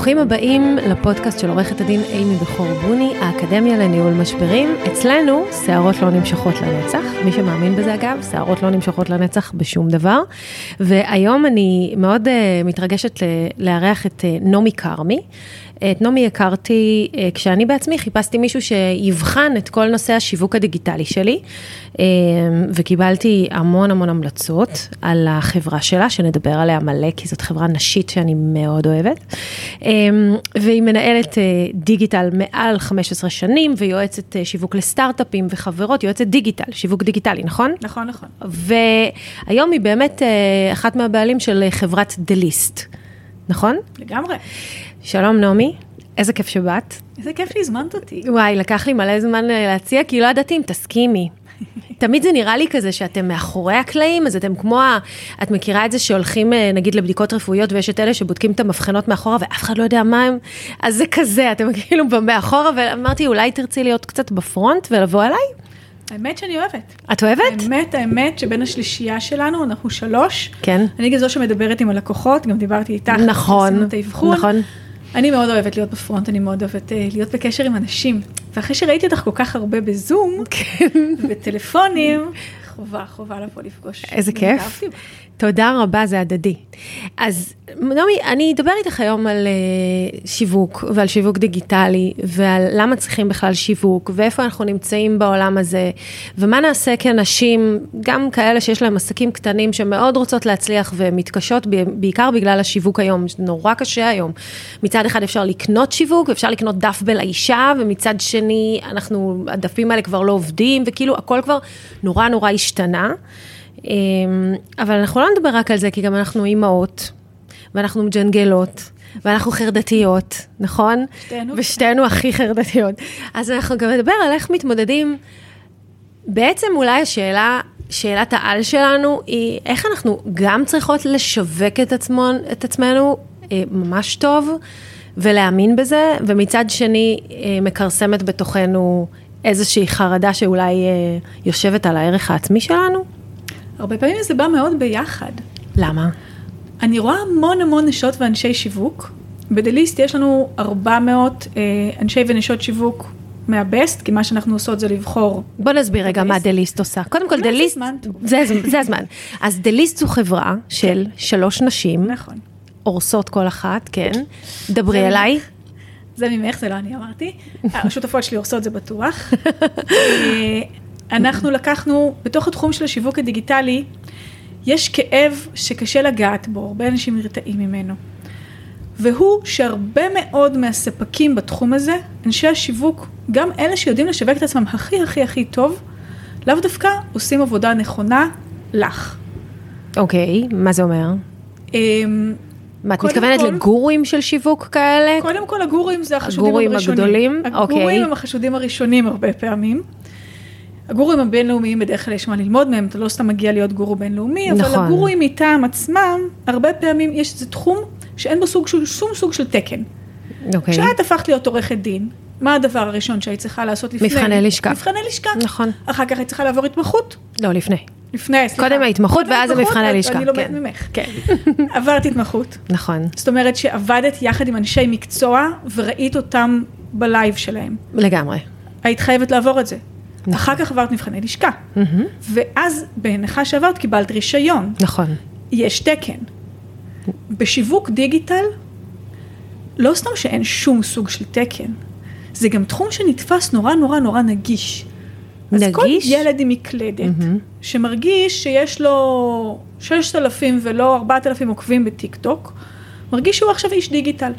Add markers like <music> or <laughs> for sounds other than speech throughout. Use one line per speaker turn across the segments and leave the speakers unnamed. ברוכים הבאים לפודקאסט של עורכת הדין אימי בכור בוני, האקדמיה לניהול משברים. אצלנו, שערות לא נמשכות לנצח. מי שמאמין בזה אגב, שערות לא נמשכות לנצח בשום דבר. והיום אני מאוד uh, מתרגשת ל- לארח את uh, נעמי כרמי. אה, את נעמי הכרתי uh, כשאני בעצמי חיפשתי מישהו שיבחן את כל נושא השיווק הדיגיטלי שלי, um, וקיבלתי המון המון המלצות על החברה שלה, שנדבר עליה מלא, כי זאת חברה נשית שאני מאוד אוהבת. Um, והיא מנהלת uh, דיגיטל מעל 15 שנים, ויועצת uh, שיווק לסטארט-אפים וחברות, יועצת דיגיטל, שיווק דיגיטלי, נכון?
נכון, נכון.
והיום היא באמת אה, אחת מהבעלים של אה, חברת דה ליסט, נכון?
לגמרי.
שלום נעמי, איזה כיף שבאת.
איזה כיף שהזמנת אותי.
וואי, לקח לי מלא זמן אה, להציע, כי לא ידעתי אם תסכימי.
<laughs>
תמיד זה נראה לי כזה שאתם מאחורי הקלעים, אז אתם כמו, ה- את מכירה את זה שהולכים אה, נגיד לבדיקות רפואיות ויש את אלה שבודקים את המבחנות מאחורה ואף אחד לא יודע מה הם, אז זה כזה, אתם <laughs> כאילו מאחורה, ואמרתי אולי תרצי להיות קצת בפרונט ולבוא אליי?
האמת שאני אוהבת.
את אוהבת?
האמת, האמת שבין השלישייה שלנו, אנחנו שלוש.
כן.
אני גם זו שמדברת עם הלקוחות, גם דיברתי איתך.
נכון,
עשינו את האבחון.
נכון.
<laughs> אני מאוד אוהבת להיות בפרונט, אני מאוד אוהבת אה, להיות בקשר עם אנשים. ואחרי שראיתי אותך כל כך הרבה
<laughs>
בזום, בטלפונים, חובה, חובה לבוא לפגוש.
איזה
אני
כיף.
התאהבתי בך.
תודה רבה, זה הדדי. אז נעמי, אני אדבר איתך היום על uh, שיווק ועל שיווק דיגיטלי ועל למה צריכים בכלל שיווק ואיפה אנחנו נמצאים בעולם הזה ומה נעשה כנשים, גם כאלה שיש להם עסקים קטנים שמאוד רוצות להצליח ומתקשות ב- בעיקר בגלל השיווק היום, זה נורא קשה היום. מצד אחד אפשר לקנות שיווק ואפשר לקנות דף בלאישה ומצד שני אנחנו, הדפים האלה כבר לא עובדים וכאילו הכל כבר נורא נורא השתנה. אמ, אבל אנחנו לא נדבר רק על זה, כי גם אנחנו אימהות, ואנחנו מג'נגלות, ואנחנו חרדתיות, נכון?
שתינו.
ושתינו הכי חרדתיות. אז אנחנו גם נדבר על איך מתמודדים. בעצם אולי השאלה, שאלת העל שלנו היא איך אנחנו גם צריכות לשווק את, עצמו, את עצמנו אה, ממש טוב, ולהאמין בזה, ומצד שני אה, מכרסמת בתוכנו איזושהי חרדה שאולי אה, יושבת על הערך העצמי שלנו.
הרבה פעמים זה בא מאוד ביחד.
למה?
אני רואה המון המון נשות ואנשי שיווק. בדליסט יש לנו 400 אה, אנשי ונשות שיווק מהבסט, כי מה שאנחנו עושות זה לבחור.
בוא נסביר רגע מה דה ליסט עושה. קודם כל,
מה
דה
זה
ליסט,
זמן?
זה הז- זה הזמן. אז דה ליסט זו חברה של שלוש נשים,
כן. נכון.
אורסות כל אחת, כן. דברי
זה
אליי.
זה ממך, זה לא אני אמרתי. השותפות שלי עושות זה בטוח. אה, אנחנו לקחנו, בתוך התחום של השיווק הדיגיטלי, יש כאב שקשה לגעת בו, הרבה אנשים נרתעים ממנו. והוא שהרבה מאוד מהספקים בתחום הזה, אנשי השיווק, גם אלה שיודעים לשווק את עצמם הכי הכי הכי טוב, לאו דווקא עושים עבודה נכונה לך.
אוקיי, מה זה אומר?
אמ,
מה, את
קודם
מתכוונת
כל-
לגורואים של שיווק כאלה?
קודם כל הגורים זה החשודים
הגורים
הראשונים.
הגדולים? אוקיי.
הגורים הם החשודים הראשונים הרבה פעמים. הגורים הבינלאומיים בדרך כלל יש מה ללמוד מהם, אתה לא סתם מגיע להיות גורו בינלאומי, אבל
נכון.
הגורים מטעם עצמם, הרבה פעמים יש איזה תחום שאין בו סוג של, שום סוג של תקן.
אוקיי.
כשאת הפכת להיות עורכת דין, מה הדבר הראשון שהיית צריכה לעשות לפני?
מבחני לשכה.
מבחני לשכה.
נכון.
אחר כך היית צריכה לעבור התמחות.
לא, לפני.
לפני, סליחה.
קודם ההתמחות
קודם
ואז
ההתמחות,
המבחני לשכה.
אני לומדת
כן.
ממך.
כן,
עברת התמחות.
נכון.
זאת אומרת שעבדת יחד עם אנשי מקצוע וראית אותם בלייב שלהם.
לגמרי.
היית חייבת לעבור את זה. אחר כך עברת מבחני לשכה. ואז בהנחה שעברת קיבלת רישיון.
נכון.
יש תקן. בשיווק דיגיטל, לא סתם שאין שום סוג של תקן, זה גם תחום שנתפס נורא נורא נורא נגיש. אז כל
נגיש?
ילד עם מקלדת, שמרגיש שיש לו 6,000 ולא 4,000 עוקבים בטיק טוק, מרגיש שהוא עכשיו איש דיגיטל.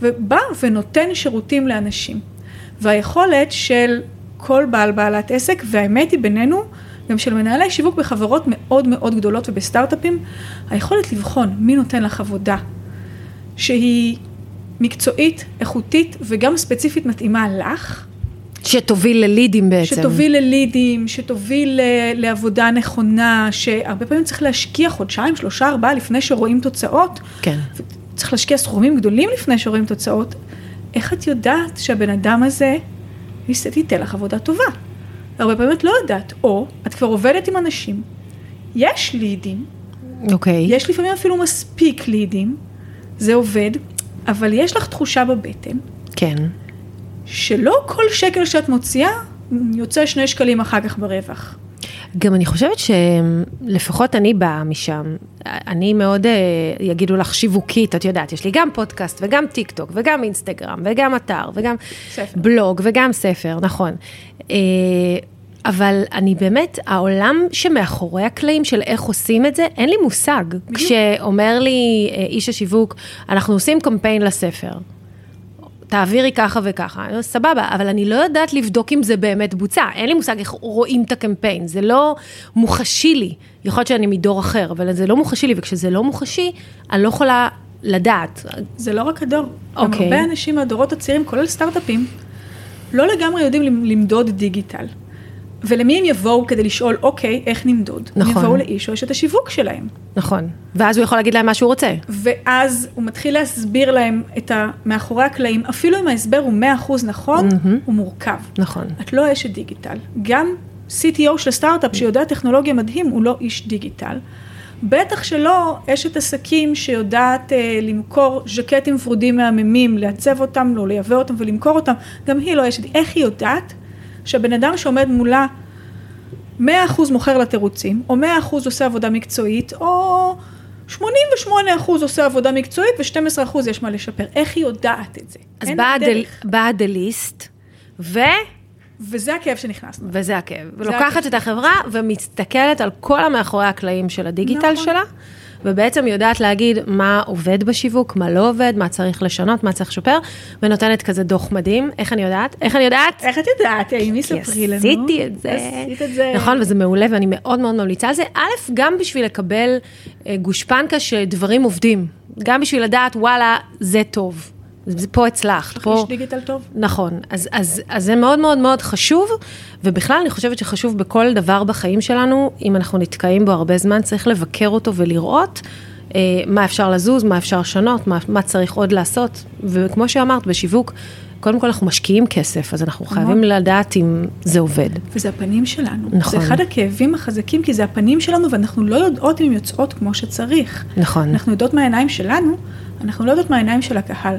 ובא ונותן שירותים לאנשים. והיכולת של כל בעל בעלת עסק, והאמת היא בינינו, גם של מנהלי שיווק בחברות מאוד מאוד גדולות ובסטארט-אפים, היכולת לבחון מי נותן לך עבודה שהיא מקצועית, איכותית וגם ספציפית מתאימה לך,
שתוביל ללידים בעצם.
שתוביל ללידים, שתוביל ל- לעבודה נכונה, שהרבה פעמים צריך להשקיע חודשיים, שלושה, ארבעה לפני שרואים תוצאות,
כן.
צריך להשקיע סכומים גדולים לפני שרואים תוצאות. איך את יודעת שהבן אדם הזה יס- תיתן לך עבודה טובה? הרבה פעמים את לא יודעת, או את כבר עובדת עם אנשים, יש לידים,
אוקיי.
יש לפעמים אפילו מספיק לידים, זה עובד, אבל יש לך תחושה בבטן
כן.
שלא כל שקל שאת מוציאה יוצא שני שקלים אחר כך ברווח.
גם אני חושבת שלפחות אני באה משם. אני מאוד, אה, יגידו לך שיווקית, את יודעת, יש לי גם פודקאסט וגם טיק טוק וגם אינסטגרם וגם אתר וגם
ספר.
בלוג וגם ספר, נכון. אה, אבל אני באמת, העולם שמאחורי הקלעים של איך עושים את זה, אין לי מושג. כשאומר לי אה, איש השיווק, אנחנו עושים קמפיין לספר. תעבירי ככה וככה, אני אומרת, סבבה, אבל אני לא יודעת לבדוק אם זה באמת בוצע, אין לי מושג איך רואים את הקמפיין, זה לא מוחשי לי, יכול להיות שאני מדור אחר, אבל זה לא מוחשי לי, וכשזה לא מוחשי, אני לא יכולה לדעת.
זה לא רק הדור. גם
אוקיי.
הרבה אנשים מהדורות הצעירים, כולל סטארט-אפים, לא לגמרי יודעים למ- למדוד דיגיטל. ולמי הם יבואו כדי לשאול, אוקיי, איך נמדוד?
נכון.
הם יבואו לאיש או אשת השיווק שלהם.
נכון, ואז הוא יכול להגיד להם מה שהוא רוצה.
ואז הוא מתחיל להסביר להם את המאחורי הקלעים, אפילו אם ההסבר הוא 100% נכון,
מהמם.
הוא מורכב.
נכון,
את לא אשת דיגיטל. גם CTO של סטארט-אפ שיודע טכנולוגיה מדהים, הוא לא איש דיגיטל. בטח שלא אשת עסקים שיודעת אה, למכור ז'קטים ורודים מהממים, לעצב אותם, לא לייבא אותם ולמכור אותם, גם היא לא אשת, איך היא יודעת שהבן אדם שעומד מולה 100% מוכר לתירוצים, או 100% עושה עבודה מקצועית, או 88% עושה עבודה מקצועית ו-12% יש מה לשפר, איך היא יודעת את זה?
אז
אין
באה הדל-
דרך.
באה הדליסט, ו...
וזה הכאב שנכנסנו.
וזה הכאב. ולוקחת את החברה ומסתכלת על כל המאחורי הקלעים של הדיגיטל
נכון.
שלה, ובעצם יודעת להגיד מה עובד בשיווק, מה לא עובד, מה צריך לשנות, מה צריך לשפר, ונותנת כזה דוח מדהים. איך אני יודעת? איך אני יודעת?
איך את יודעת, האם היא
כי
ספרי לנו?
עשיתי את זה.
עשית את זה.
נכון, וזה מעולה, ואני מאוד מאוד ממליצה על זה. א', גם בשביל לקבל אה, גושפנקה שדברים עובדים. גם בשביל לדעת, וואלה, זה טוב. זה פה הצלחת,
פה...
פה...
איש דיגיטל טוב.
נכון, אז, אז, אז זה מאוד מאוד מאוד חשוב, ובכלל אני חושבת שחשוב בכל דבר בחיים שלנו, אם אנחנו נתקעים בו הרבה זמן, צריך לבקר אותו ולראות אה, מה אפשר לזוז, מה אפשר לשנות, מה, מה צריך עוד לעשות, וכמו שאמרת, בשיווק, קודם כל אנחנו משקיעים כסף, אז אנחנו
נכון.
חייבים לדעת אם זה עובד.
וזה הפנים שלנו.
נכון.
זה אחד הכאבים החזקים, כי זה הפנים שלנו, ואנחנו לא יודעות אם הן יוצאות כמו שצריך.
נכון,
אנחנו יודעות מהעיניים שלנו, אנחנו לא יודעות מהעיניים של הקהל.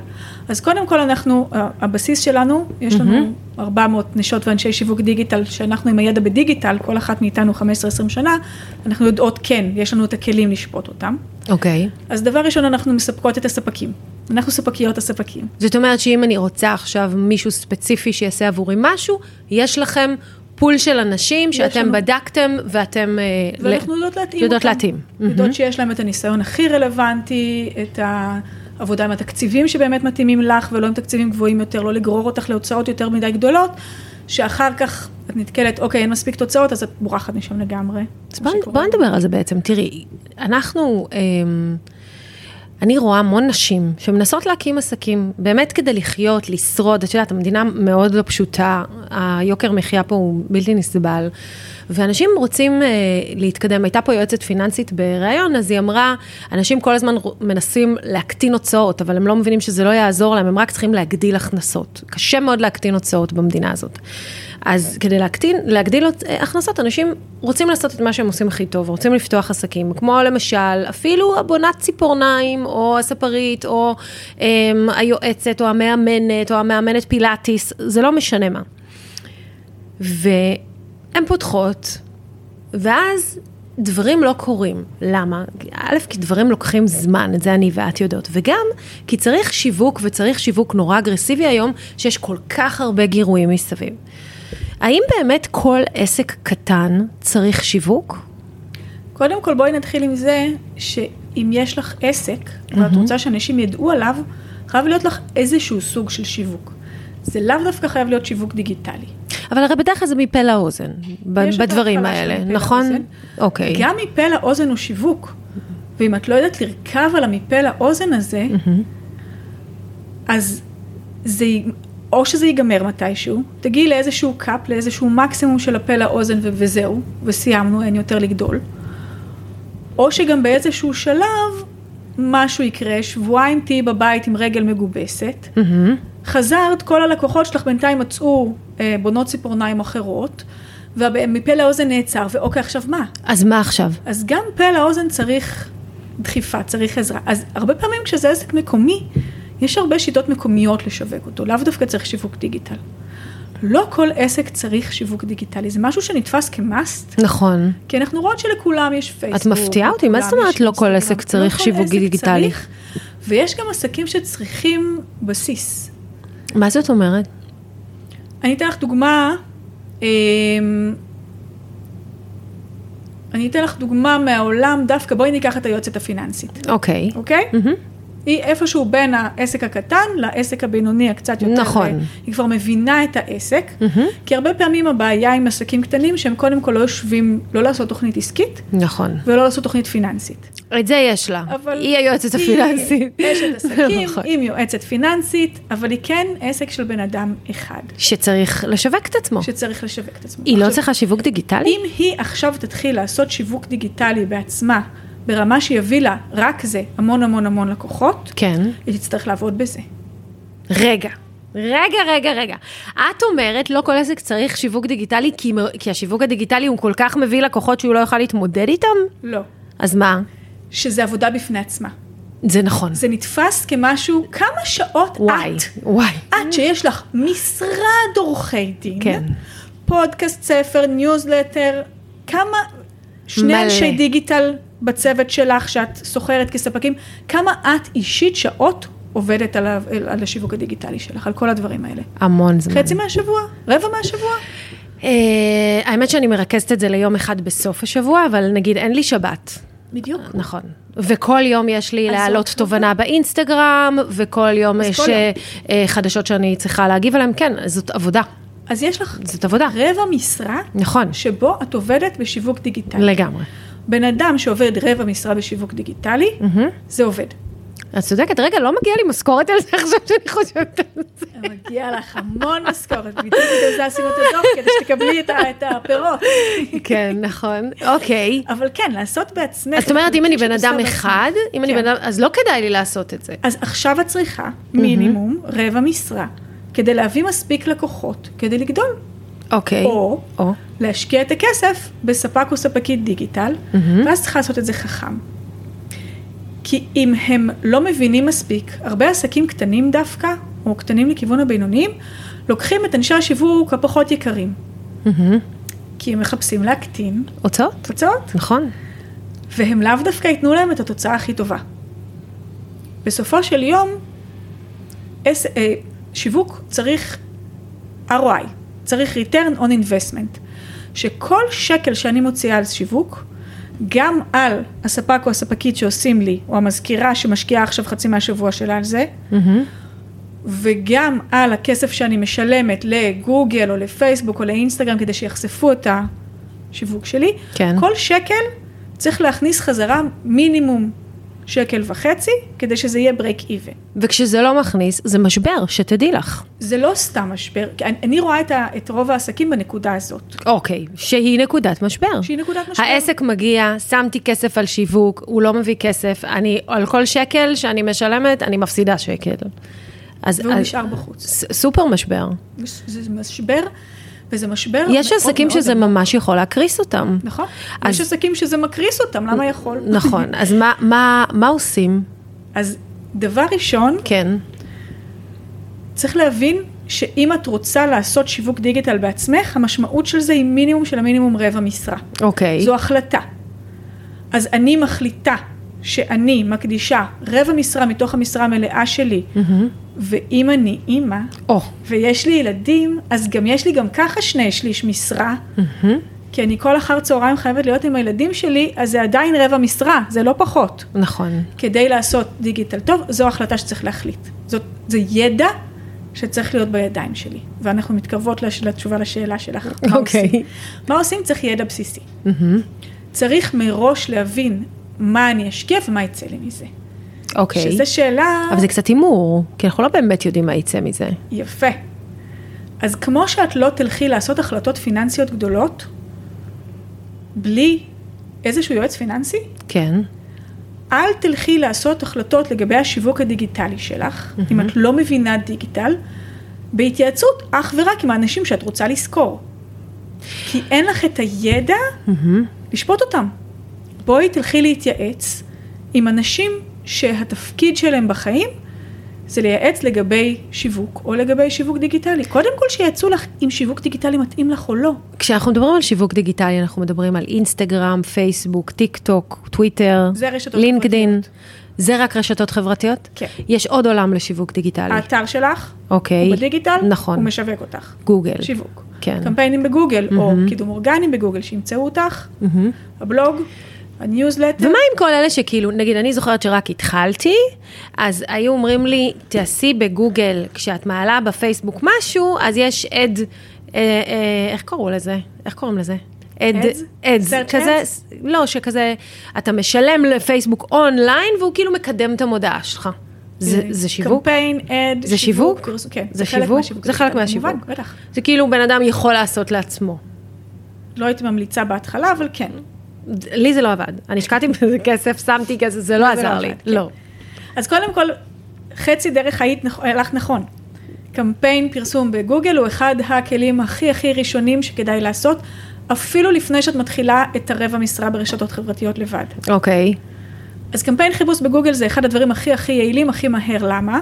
אז קודם כל אנחנו, ה- הבסיס שלנו, יש לנו 400 נשות ואנשי שיווק דיגיטל, שאנחנו עם הידע בדיגיטל, כל אחת מאיתנו 15-20 שנה, אנחנו יודעות כן, יש לנו את הכלים לשפוט אותם.
אוקיי.
אז דבר ראשון, אנחנו מספקות את הספקים. אנחנו ספקיות הספקים.
זאת אומרת שאם אני רוצה עכשיו מישהו ספציפי שיעשה עבורי משהו, יש לכם פול של אנשים שאתם
לנו.
בדקתם ואתם... אה, ל-
ואנחנו יודעות להתאים
יודעות
אותם.
להתאים.
יודעות שיש להם את הניסיון הכי רלוונטי, את העבודה עם התקציבים שבאמת מתאימים לך, ולא עם תקציבים גבוהים יותר, לא לגרור אותך להוצאות יותר מדי גדולות, שאחר כך את נתקלת, אוקיי, אין מספיק תוצאות, אז את בורחת משם לגמרי.
אז בואי בוא נדבר על זה בעצם. תראי, אנחנו, אמ, אני רואה המון נשים שמנסות להקים עסקים, באמת כדי לחיות, לשרוד. את יודעת, המדינה מאוד לא פשוטה, היוקר מחיה פה הוא בלתי נסבל, ואנשים רוצים אה, להתקדם. הייתה פה יועצת פיננסית בריאיון, אז היא אמרה, אנשים כל הזמן רו- מנסים להקטין הוצאות, אבל הם לא מבינים שזה לא יעזור להם, הם רק צריכים להגדיל הכנסות. קשה מאוד להקטין הוצאות במדינה הזאת. אז כדי להקטין, להגדיל הוצ- אה, הכנסות, אנשים רוצים לעשות את מה שהם עושים הכי טוב, רוצים לפתוח עסקים, כמו למשל, אפילו הבונת ציפורניים, או הספרית, או אמ, היועצת, או המאמנת, או המאמנת פילאטיס, זה לא משנה מה. והן פותחות, ואז דברים לא קורים. למה? א', כי דברים לוקחים זמן, את זה אני ואת יודעות, וגם כי צריך שיווק, וצריך שיווק נורא אגרסיבי היום, שיש כל כך הרבה גירויים מסביב. האם באמת כל עסק קטן צריך שיווק?
קודם כל בואי נתחיל עם זה, שאם יש לך עסק, ואת רוצה שאנשים ידעו עליו, חייב להיות לך איזשהו סוג של שיווק. זה לאו דווקא חייב להיות שיווק דיגיטלי.
אבל הרי בדרך כלל זה מפה לאוזן, ב-
יש את
בדברים
ההתחלה של
האלה,
מפה
נכון?
לאוזן. כן.
אוקיי.
גם מפה לאוזן הוא שיווק. ואם את לא יודעת לרכב על המפה לאוזן הזה, אז זה, י- או שזה ייגמר מתישהו, תגיעי לאיזשהו קאפ, לאיזשהו מקסימום של הפה לאוזן ו- וזהו, וסיימנו, אין יותר לגדול. או שגם באיזשהו שלב משהו יקרה, שבועיים תהיי בבית עם רגל מגובסת,
מהמם.
חזרת, כל הלקוחות שלך בינתיים מצאו אה, בונות ציפורניים אחרות, ומפה לאוזן נעצר, ואוקיי, עכשיו מה?
אז מה עכשיו?
אז גם פה לאוזן צריך דחיפה, צריך עזרה. אז הרבה פעמים כשזה עסק מקומי, יש הרבה שיטות מקומיות לשווק אותו, לאו דווקא צריך שיווק דיגיטל. לא כל עסק צריך שיווק דיגיטלי, זה משהו שנתפס כמאסט,
נכון.
כי אנחנו רואות שלכולם יש פייסבוק.
מפתיעה אותי, מה
לכולם
זאת אומרת
יש
לא כל
אינסטגרם?
עסק צריך
לא כל
שיווק
עסק
דיגיטלי?
צריך, ויש גם עסקים שצריכים בסיס.
מה זאת אומרת?
אני אתן לך דוגמה, אמ, אני אתן לך דוגמה מהעולם דווקא, בואי ניקח את היועצת הפיננסית,
אוקיי.
אוקיי?
מהמם.
היא איפשהו בין העסק הקטן לעסק הבינוני הקצת יותר.
נכון.
אה, היא כבר מבינה את העסק,
מהמם.
כי הרבה פעמים הבעיה עם עסקים קטנים שהם קודם כל לא יושבים, לא לעשות תוכנית עסקית
נכון.
ולא לעשות תוכנית פיננסית.
את זה יש לה.
אבל
היא היועצת
היא
הפיננסית. <laughs>
אשת עסקים
נכון.
עם יועצת פיננסית, אבל היא כן עסק של בן אדם אחד,
שצריך לשווק את עצמו.
שצריך לשווק את עצמו.
היא לא
עכשיו,
צריכה שיווק דיגיטלי?
אם היא עכשיו תתחיל לעשות שיווק דיגיטלי בעצמה, ברמה שיביא לה רק זה המון המון המון לקוחות,
כן.
היא תצטרך לעבוד בזה.
רגע. רגע, רגע, רגע. את אומרת, לא כל עסק צריך שיווק דיגיטלי, כי, מ- כי השיווק הדיגיטלי הוא כל כך מביא לקוחות שהוא לא יוכל להתמודד איתם?
לא.
אז מה?
שזה עבודה בפני עצמה.
זה נכון.
זה נתפס כמשהו, כמה שעות
וואי,
את,
וואי.
את שיש לך משרד עורכי דין,
כן.
פודקאסט, ספר, ניוזלטר, כמה, שני
מלא.
אנשי דיגיטל בצוות שלך שאת סוחרת כספקים, כמה את אישית שעות עובדת על, ה- על השיווק הדיגיטלי שלך, על כל הדברים האלה.
המון זמן.
חצי מהשבוע? רבע מהשבוע?
אה, האמת שאני מרכזת את זה ליום אחד בסוף השבוע, אבל נגיד אין לי שבת.
בדיוק.
נכון. וכל יום יש לי
אז
להעלות
זאת-
תובנה באינסטגרם, וכל יום
אז
יש
כל
אה, אה, חדשות שאני צריכה להגיב עליהן. כן, אז זאת עבודה.
אז יש לך
זאת עבודה.
רבע משרה
נכון,
שבו את עובדת בשיווק דיגיטלי.
לגמרי.
בן אדם שעובד רבע משרה בשיווק דיגיטלי, זה עובד.
את צודקת, רגע, לא מגיעה לי משכורת על זה עכשיו שאני חושבת על זה.
מגיע לך המון משכורת, בדיוק בגלל זה עשינו את הדוח, כדי שתקבלי את ה- את הפירות.
כן, נכון. אוקיי.
אבל כן, לעשות בעצמך.
אז את אומרת, אם אני
שאת
בן אדם
עושה בעצמך.
אחד, אם אני
כן.
בן אדם, אז לא כדאי לי לעשות את זה.
אז עכשיו את צריכה מינימום רבע משרה, כדי להביא מספיק לקוחות, כדי לגדול.
אוקיי.
או
או.
להשקיע את הכסף בספק או ספקית דיגיטל,
מהמם.
ואז צריכה לעשות את זה חכם. כי אם הם לא מבינים מספיק, הרבה עסקים קטנים דווקא, או קטנים לכיוון הבינוניים, לוקחים את אנשי השיווק הפחות יקרים,
מהמם.
כי הם מחפשים להקטין
הוצאות?
תוצאות,
נכון.
והם לאו דווקא ייתנו להם את התוצאה הכי טובה. בסופו של יום, עס, אה, שיווק צריך ROI, צריך return on investment, שכל שקל שאני מוציאה על שיווק, גם על הספק או הספקית שעושים לי, או המזכירה שמשקיעה עכשיו חצי מהשבוע שלה על זה,
מהמם.
וגם על הכסף שאני משלמת לגוגל או לפייסבוק או לאינסטגרם כדי שיחשפו את השיווק שלי,
כן.
כל שקל צריך להכניס חזרה מינימום שקל וחצי כדי שזה יהיה break even.
וכשזה לא מכניס, זה משבר, שתדעי לך.
זה לא סתם משבר, כי אני, אני רואה את, ה, את רוב העסקים בנקודה הזאת,
אוקיי, שהיא נקודת משבר.
שהיא נקודת משבר.
העסק מגיע, שמתי כסף על שיווק, הוא לא מביא כסף, אני, על כל שקל שאני משלמת, אני מפסידה שקל. אז,
והוא
אז
נשאר בחוץ.
ס- סופר משבר.
זה משבר, וזה משבר
יש
אה, מאוד
עסקים
מאוד
שזה
עמוק.
ממש יכול להקריס
<laughs>
אותם.
נכון.
אז-
יש עסקים שזה מקריס אותם, למה יכול?
נכון, אז מה, מה, מה עושים?
אז דבר ראשון,
כן,
צריך להבין שאם את רוצה לעשות שיווק דיגיטל בעצמך, המשמעות של זה היא מינימום של המינימום רבע משרה.
אוקיי.
זו החלטה. אז אני מחליטה שאני מקדישה רבע משרה מתוך המשרה המלאה שלי,
מהמם.
ואם אני אימא
או,
ויש לי ילדים, אז גם יש לי גם ככה שני שליש משרה, כי אני כל אחר צהריים חייבת להיות עם הילדים שלי, אז זה עדיין רבע משרה, זה לא פחות.
נכון.
כדי לעשות דיגיטל טוב, זו החלטה שצריך להחליט. זאת, זה ידע שצריך להיות בידיים שלי. ואנחנו מתקרבות לש, לתשובה לשאלה שלך, מה
אוקיי. Mm-hmm.
עושים? מה עושים? צריך ידע בסיסי.
מהמם.
צריך מראש להבין מה אני אשקיע ומה יצא לי מזה.
אוקיי.
שזו שאלה
אבל זה קצת הימור, כי אנחנו לא באמת יודעים מה יצא מזה.
יפה. אז כמו שאת לא תלכי לעשות החלטות פיננסיות גדולות, בלי איזשהו יועץ פיננסי,
כן,
אל תלכי לעשות החלטות לגבי השיווק הדיגיטלי שלך, אם את לא מבינה דיגיטל, בהתייעצות אך ורק עם האנשים שאת רוצה לזכור. כי אין לך את הידע לשפוט אותם. בואי תלכי להתייעץ עם אנשים שהתפקיד שלהם בחיים זה לייעץ לגבי שיווק או לגבי שיווק דיגיטלי. קודם כל שייעצו לך אם שיווק דיגיטלי מתאים לך או לא.
כשאנחנו מדברים על שיווק דיגיטלי, אנחנו מדברים על אינסטגרם, פייסבוק, טיק טוק, טוויטר,
זה הרשתות
לינקדין.
החברתיות.
זה רק רשתות חברתיות?
כן.
יש עוד עולם לשיווק דיגיטלי.
האתר שלך,
אוקיי.
הוא בדיגיטל,
נכון.
הוא משווק אותך.
גוגל.
שיווק.
כן.
קמפיינים בגוגל, או קידום אורגני בגוגל, שימצאו אותך, הבלוג, הניוזלטר,
ומה עם כל אלה שכאילו, נגיד, אני זוכרת שרק התחלתי, אז היו אומרים לי, תעשי בגוגל, כשאת מעלה בפייסבוק משהו, אז יש עד, אה, אה, איך קראו לזה? איך קוראים לזה? עד,
Ads?
עד,
Search
כזה,
ads?
לא, שכזה, אתה משלם לפייסבוק אונליין, והוא כאילו מקדם את המודעה שלך. זה,
אוקיי.
זה שיווק?
קמפיין, אד,
זה שיווק?
פרסום, כן,
זה
חלק
שיווק?
מהשיווק.
זה חלק
כמובן,
מהשיווק.
בטח.
זה כאילו בן אדם יכול לעשות לעצמו.
לא הייתי ממליצה בהתחלה, אבל כן.
לי זה לא עבד. אני השקעתי בזה כסף, שמתי כסף, זה לא
זה לא
עזר לי.
עבד, כן.
לא.
אז קודם כל, חצי דרך היית, נכ- הלכת נכון. קמפיין פרסום בגוגל הוא אחד הכלים הכי הכי ראשונים שכדאי לעשות, אפילו לפני שאת מתחילה את הרבע משרה ברשתות חברתיות לבד.
אוקיי.
אז קמפיין חיפוש בגוגל זה אחד הדברים הכי הכי יעילים, הכי מהר, למה?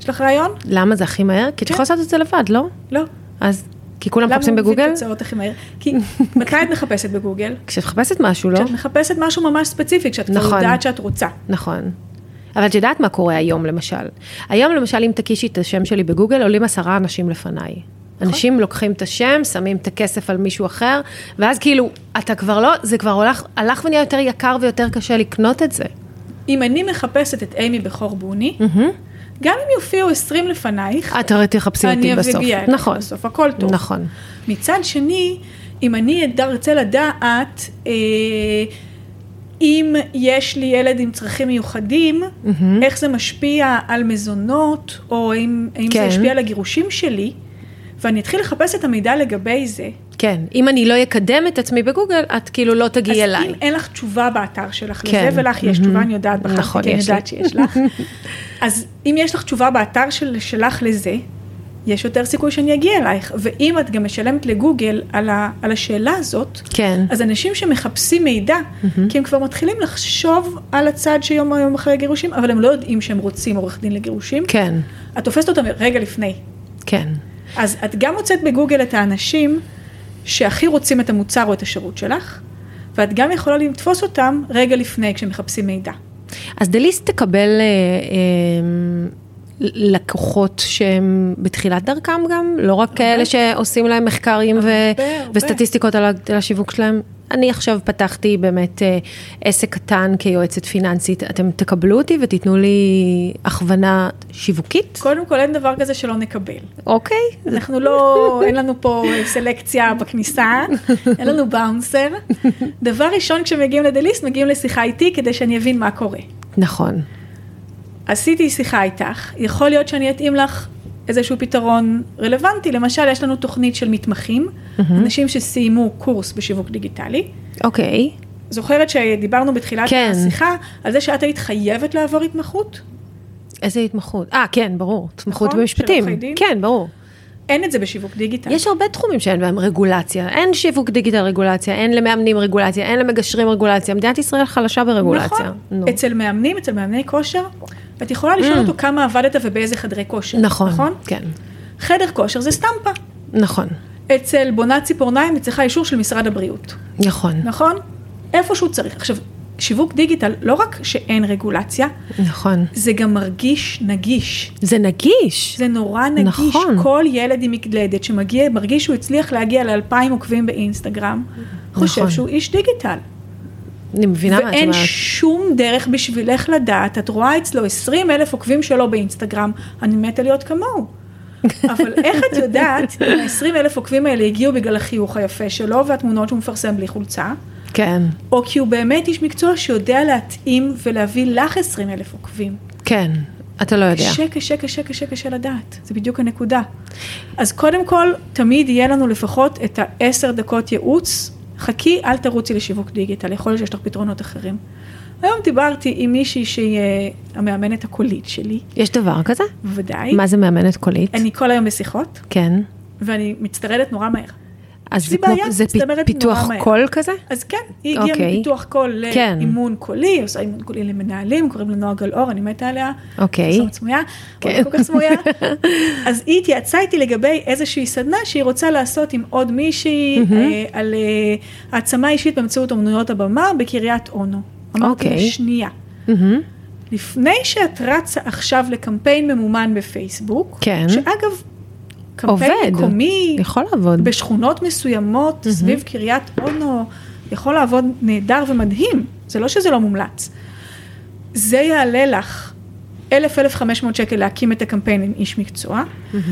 יש לך רעיון?
למה זה הכי מהר? כי את
כן.
יכולה לעשות את זה לבד, לא?
לא.
אז, כי כולם
למה
מחפשים
הוא מביא
בגוגל?
תוצאות הכי מהר?
<laughs>
כי מתי את מחפשת בגוגל?
כשאת מחפשת משהו, לא?
כשאת מחפשת משהו ממש ספציפי, כשאת
נכון.
כבר יודעת שאת רוצה.
נכון. אבל את יודעת מה קורה היום, למשל. היום, למשל, אם תקישי את השם שלי בגוגל, עולים עשרה אנשים לפניי.
נכון.
אנשים לוקחים את השם, שמים את הכסף על מישהו אחר, ואז כאילו, אתה כבר לא, זה כבר הולך, הלך ונהיה יותר יקר ויותר קשה לקנות את זה.
אם אני מחפשת את אימי בכור בוני, גם אם יופיעו 20 לפנייך,
את הרי תחפשי אותי
אני
בסוף.
אביגיע אליך
נכון,
בסוף, הכל טוב.
נכון.
מצד שני, אם אני אדע- ארצה לדעת אה, אם יש לי ילד עם צרכים מיוחדים, איך זה משפיע על מזונות, או אם, אם
כן.
זה ישפיע על הגירושים שלי, ואני אתחיל לחפש את המידע לגבי זה.
כן, אם אני לא אקדם את עצמי בגוגל, את כאילו לא תגיעי
אז
אליי.
אם אין לך תשובה באתר שלך
כן.
לזה, ולך יש תשובה, אני יודעת בכלל,
נכון,
כי אני
יש לי.
יודעת שיש לך. <laughs> אז אם יש לך תשובה באתר של, שלך לזה, יש יותר סיכוי שאני אגיע אלייך. ואם את גם משלמת לגוגל על, ה, על השאלה הזאת,
כן.
אז אנשים שמחפשים מידע, כי הם כבר מתחילים לחשוב על הצד שיום היום אחרי גירושים, אבל הם לא יודעים שהם רוצים עורך דין לגירושים.
כן,
את תופסת אותם רגע לפני.
כן.
אז את גם מוצאת בגוגל את האנשים שהכי רוצים את המוצר או את השירות שלך, ואת גם יכולה לתפוס אותם רגע לפני כשמחפשים מידע.
אז דליסט תקבל אה, אה, לקוחות שהם בתחילת דרכם גם? לא רק כאלה שעושים להם מחקרים ו-
הרבה.
וסטטיסטיקות על ה- על השיווק שלהם? אני עכשיו פתחתי באמת אה, עסק קטן כיועצת פיננסית, אתם תקבלו אותי ותיתנו לי הכוונה שיווקית?
קודם כל אין דבר כזה שלא נקבל.
אוקיי,
אנחנו לא, אין לנו פה סלקציה בכניסה, אין לנו באונסר. דבר ראשון כשמגיעים לדליסט, מגיעים לשיחה איתי כדי שאני אבין מה קורה.
נכון,
עשיתי שיחה איתך, יכול להיות שאני אתאים לך איזשהו פתרון רלוונטי. למשל, יש לנו תוכנית של מתמחים, אנשים שסיימו קורס בשיווק דיגיטלי.
אוקיי,
זוכרת שדיברנו בתחילת
כן.
כן. השיחה על זה שאת היית חייבת לעבור התמחות?
איזה התמחות? אה, כן, ברור, התמחות
נכון, של
במשפטים,
עורכי דין?
כן, ברור.
אין את זה בשיווק דיגיטל.
יש הרבה תחומים שאין בהם רגולציה. אין שיווק דיגיטל רגולציה, אין למאמנים רגולציה, אין למגשרים רגולציה. מדינת ישראל חלשה ברגולציה.
נכון.
נו. Mm.
אצל מאמנים, אצל מאמני כושר, את יכולה לשאול אותו כמה עבדת ובאיזה חדרי כושר.
נכון,
נכון?
כן,
חדר כושר זה סטמפה.
נכון,
אצל בונת ציפורניים היא צריכה אישור של משרד הבריאות.
נכון,
נכון? איפה שהוא צריך. עכשיו, שיווק דיגיטל, לא רק שאין רגולציה,
נכון.
זה גם מרגיש נגיש.
זה נגיש.
זה נורא נגיש.
נכון.
כל ילד עם מקלדת שמגיע, מרגיש שהוא הצליח להגיע לאלפיים עוקבים באינסטגרם, חושב
נכון.
שהוא איש דיגיטל.
אני מבינה מה את
ואין
אומרת.
שום דרך בשבילך לדעת, את רואה אצלו 20 אלף עוקבים שלו באינסטגרם, אני מתה להיות
<laughs>
כמוהו. אבל איך את יודעת אם ה-20 אלף עוקבים האלה הגיעו בגלל החיוך היפה שלו והתמונות שהוא מפרסם בלי חולצה?
כן,
או כי הוא באמת איש מקצוע שיודע להתאים ולהביא לך 20 אלף עוקבים.
כן, אתה לא יודע.
קשה, קשה, קשה, קשה, קשה לדעת. זה בדיוק הנקודה. אז קודם כל, תמיד יהיה לנו לפחות את העשר דקות ייעוץ. חכי, אל תרוצי לשיווק דיגיטל, יכול להיות שיש לך פתרונות אחרים. היום דיברתי עם מישהי שהיא אה, המאמנת הקולית שלי,
יש דבר כזה?
בוודאי.
מה זה מאמנת קולית?
אני כל היום בשיחות,
כן.
ואני מצטרדת נורא מהר.
אז
יש
זה
לי
כמו,
בעיה,
זה
זאת אומרת,
פ, פיתוח
נורא מהר.
קול כזה?
אז כן, היא הגיעה
אוקיי.
מפיתוח קול
כן.
לאימון קולי, היא עושה אימון קולי למנהלים, קוראים לה נועה גלאור, אני מתה עליה.
אוקיי.
זאת סמויה,
כן.
כן. כל כך סמויה. אז היא התייעצה איתי לגבי איזושהי סדנה שהיא רוצה לעשות עם עוד מישהי אה, על אה, העצמה אישית באמצעות אומנויות הבמה בקריית אונו. אמרתי לה,
אוקיי.
שנייה,
<laughs> מהמם.
לפני שאת רצה עכשיו לקמפיין ממומן בפייסבוק,
כן.
שאגב, קמפיין
עובד.
מקומי,
יכול לעבוד.
בשכונות מסוימות, סביב קריית אונו, יכול לעבוד נהדר ומדהים, זה לא שזה לא מומלץ. זה יעלה לך 1,000-1,500 שקל להקים את הקמפיין עם איש מקצוע,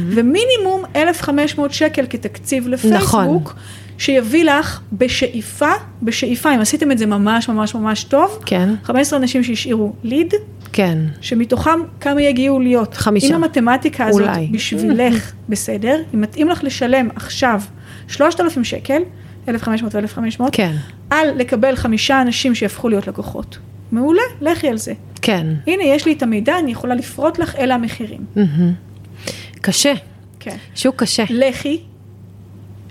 ומינימום 1,500 שקל כתקציב לפייסבוק, שיביא לך בשאיפה, בשאיפה, אם עשיתם את זה ממש ממש ממש טוב,
כן,
15 אנשים שהשאירו ליד,
כן.
שמתוכם כמה יגיעו להיות.
חמישה.
אם המתמטיקה הזאת
אולי.
אולי. בשבילך
<laughs>
בסדר, אם מתאים לך לשלם עכשיו 3,000 שקל, 1,500 ו-1,500,
כן,
על לקבל חמישה אנשים שיהפכו להיות לקוחות. מעולה, לכי על זה.
כן.
הנה, יש לי את המידע, אני יכולה לפרוט לך, אלה המחירים.
מהמם. Mm-hmm. קשה,
כן.
שוק קשה.
לכי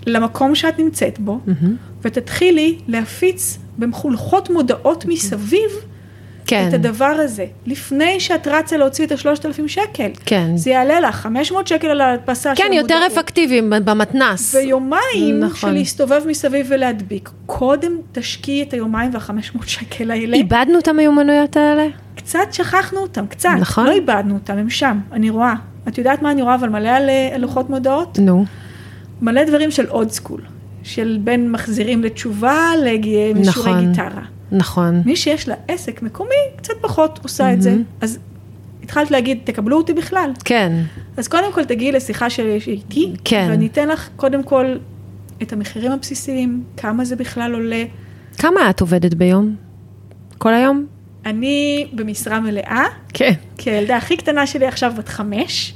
למקום שאת נמצאת בו,
מהמם.
ותתחילי להפיץ במחולכות מודעות מסביב
כן,
את הדבר הזה. לפני שאת רצה להוציא את השלושת אלפים שקל.
כן.
זה יעלה לך 500 שקל על ההדפסה של
כן, יותר אפקטיביים במתנ"ס.
ויומיים
נכון.
נכון. של להסתובב מסביב ולהדביק. קודם תשקיעי את היומיים וה-500 שקל האלה.
איבדנו את המיומנויות האלה?
קצת שכחנו אותם, קצת.
נכון.
לא איבדנו אותם, הם שם, אני רואה. את יודעת מה אני רואה, אבל מלא על אה, על לוחות מודעות?
נו,
מלא דברים של אולד סקול. של בין מחזירים לתשובה לשיעורי
נכון.
גיטרה.
נכון.
מי שיש לה עסק מקומי, קצת פחות עושה את זה.
Mm-hmm.
אז התחלת להגיד, תקבלו אותי בכלל.
כן,
אז קודם כל תגיעי לשיחה שלי איתי,
כן.
ואני אתן לך קודם כל את המחירים הבסיסיים, כמה זה בכלל עולה.
כמה את עובדת ביום? כל היום?
אני במשרה מלאה,
כן.
כי הילדה הכי קטנה שלי עכשיו בת <laughs> חמש.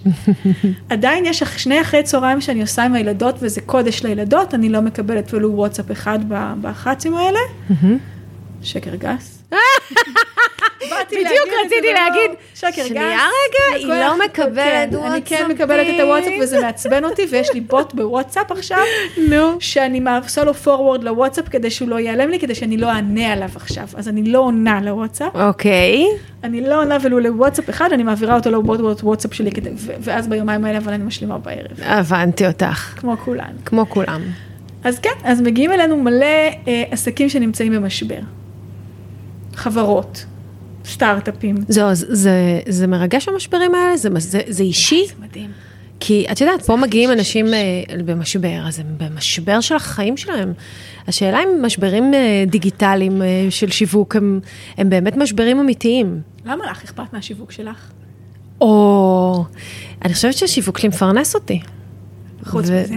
עדיין יש אח- שני אחרי צהריים שאני עושה עם הילדות, וזה קודש לילדות, אני לא מקבלת אפילו וואטסאפ אחד ב- בחצים האלה. שקר גס. <laughs> באתי
בדיוק
להגיד את זה
רציתי
ולא-
להגיד,
שקר גס.
שנייה רגע, היא
לקוח-
לא מקבלת
כן, אני כן
וואטסאפים.
מקבלת את הוואטסאפ וזה מעצבן אותי, ויש לי בוט בוואטסאפ <laughs> עכשיו,
נו.
שאני עושה לו forward לוואטסאפ כדי שהוא לא ייעלם לי, כדי שאני לא אענה עליו עכשיו. אז אני לא עונה לוואטסאפ.
אוקיי,
אני לא עונה ולו לוואטסאפ אחד, אני מעבירה אותו לבוט וואטסאפ שלי, כדי, ו- ואז ביומיים האלה, אבל אני משלימה בערב,
הבנתי אותך.
כמו כולן.
כמו כולם.
אז כן, אז מגיעים אלינו מלא אה, עסקים שנמצאים במשבר. חברות, סטארט-אפים.
זהו, אז זה, זה מרגש המשברים האלה? זה, זה, זה אישי?
זה מדהים.
כי את יודעת, פה מגיעים אנשים אה, במשבר, אז הם במשבר של החיים שלהם. השאלה אם משברים אה, דיגיטליים אה, של שיווק הם, הם באמת משברים אמיתיים.
למה לך אכפת מהשיווק שלך?
או... אני חושבת שהשיווק שלי מפרנס אותי.
חוץ
ו-
מזה,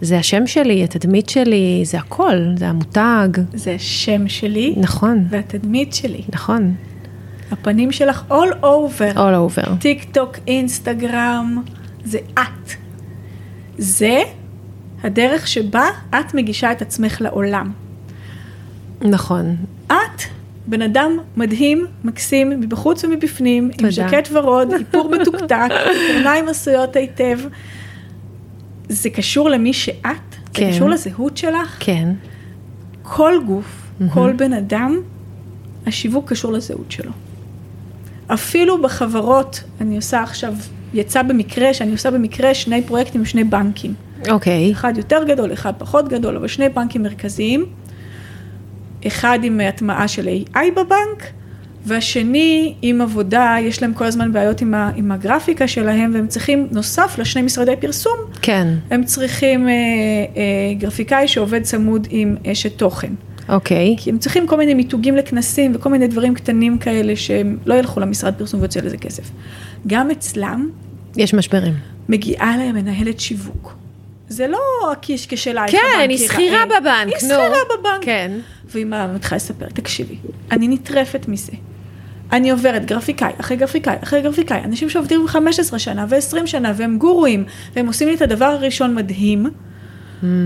זה השם שלי, התדמית שלי, זה הכל, זה המותג.
זה השם שלי
נכון,
והתדמית שלי.
נכון.
הפנים שלך all over.
All over.
טיק טוק, אינסטגרם, זה את. זה הדרך שבה את מגישה את עצמך לעולם.
נכון.
את בן אדם מדהים, מקסים, מבחוץ ומבפנים,
תודה.
עם ז'קט ורוד, איפור
<laughs>
מתוקתק, עיניים עשויות היטב. זה קשור למי שאת,
כן.
זה קשור לזהות שלך.
כן.
כל גוף, כל בן אדם, השיווק קשור לזהות שלו. אפילו בחברות, אני עושה עכשיו, יצא במקרה, שאני עושה במקרה שני פרויקטים עם שני בנקים.
אוקיי.
אחד יותר גדול, אחד פחות גדול, אבל שני בנקים מרכזיים. אחד עם הטמעה של AI בבנק, והשני עם עבודה, יש להם כל הזמן בעיות עם, ה, עם הגרפיקה שלהם, והם צריכים, נוסף לשני משרדי פרסום,
כן.
הם צריכים אה, אה, גרפיקאי שעובד צמוד עם אשת תוכן.
אוקיי.
כי הם צריכים כל מיני מיתוגים לכנסים וכל מיני דברים קטנים כאלה שהם לא ילכו למשרד פרסום ויוצא לזה כסף. גם אצלם
יש משברים.
מגיעה להם מנהלת שיווק. זה לא הקישקע שלך
כן, היא שכירה בבנק,
היא
נו.
שכירה בבנק.
כן.
והיא מה, מתחילה לספר, תקשיבי, אני נטרפת מזה. אני עוברת גרפיקאי אחרי גרפיקאי אחרי גרפיקאי, אנשים שעובדים 15 שנה ו-20 שנה והם גורואים, והם עושים לי את הדבר הראשון מדהים,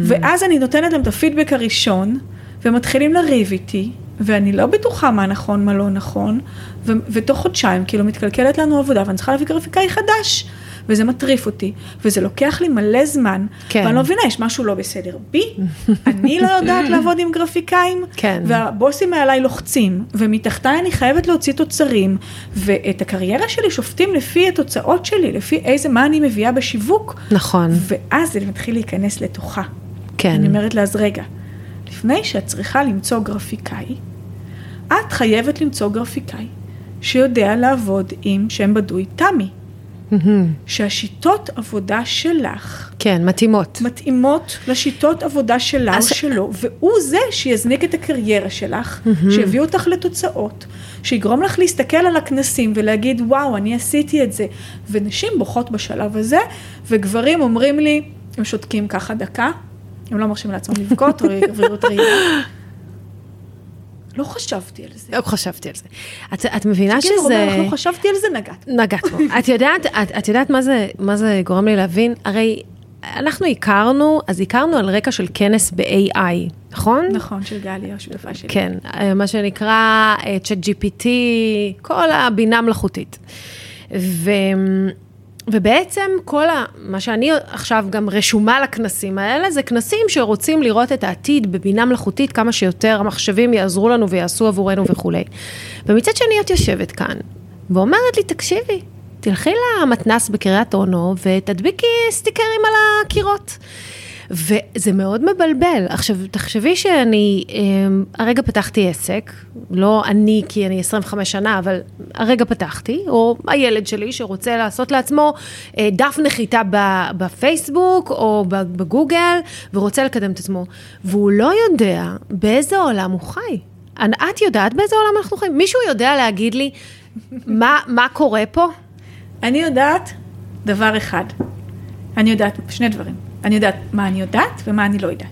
ואז אני נותנת להם את הפידבק הראשון, ומתחילים לריב איתי, ואני לא בטוחה מה נכון, מה לא נכון, ו- ותוך חודשיים כאילו מתקלקלת לנו עבודה, ואני צריכה להביא גרפיקאי חדש, וזה מטריף אותי, וזה לוקח לי מלא זמן,
כן.
ואני לא מבינה, יש משהו לא בסדר בי, אני לא יודעת לעבוד עם גרפיקאים,
כן.
והבוסים מעליי לוחצים, ומתחתיי אני חייבת להוציא תוצרים, ואת הקריירה שלי שופטים לפי התוצאות שלי, לפי איזה, מה אני מביאה בשיווק,
נכון,
ואז זה מתחיל להיכנס לתוכה.
כן.
אני אומרת לה, אז רגע, לפני שאת צריכה למצוא גרפיקאי, את חייבת למצוא גרפיקאי שיודע לעבוד עם שם בדוי תמי,
מהמם.
שהשיטות עבודה שלך
כן, מתאימות.
מתאימות לשיטות עבודה שלה או
אז-
שלו, והוא זה שיזניק את הקריירה שלך, שיביא אותך לתוצאות, שיגרום לך להסתכל על הכנסים ולהגיד, וואו, אני עשיתי את זה. ונשים בוכות בשלב הזה, וגברים אומרים לי, הם שותקים ככה דקה, הם לא מרשים לעצמם לבכות, או <laughs> גבריות ראייה. לא חשבתי על זה.
לא חשבתי על זה. את, את מבינה
כאילו, הוא אומר
שזה...
לך, לא חשבתי על זה, נגעת.
נגעת בו. את יודעת, את, את יודעת מה, זה, מה זה גורם לי להבין? הרי אנחנו הכרנו, אז הכרנו על רקע של כנס ב-AI, נכון?
נכון, של גלי, השותפה שלי.
כן, אה, מה שנקרא אה, ChatGPT, כל הבינה מלאכותית. ו, ובעצם כל ה, מה שאני עכשיו גם רשומה לכנסים האלה, זה כנסים שרוצים לראות את העתיד בבינה מלאכותית, כמה שיותר המחשבים יעזרו לנו ויעשו עבורנו וכולי. ומצד שני את יושבת כאן ואומרת לי, תקשיבי. תלכי למתנס בקריית אונו ותדביקי סטיקרים על הקירות. וזה מאוד מבלבל. עכשיו, תחשבי שאני, אמ, הרגע פתחתי עסק, לא אני, כי אני 25 שנה, אבל הרגע פתחתי, או הילד שלי שרוצה לעשות לעצמו אה, דף נחיתה ב- בפייסבוק או ב- בגוגל, ורוצה לקדם את עצמו, והוא לא יודע באיזה עולם הוא חי. אנ- את יודעת באיזה עולם אנחנו חיים? מישהו יודע להגיד לי מה, מה קורה פה?
אני יודעת דבר אחד. אני יודעת שני דברים. אני יודעת מה אני יודעת ומה אני לא יודעת.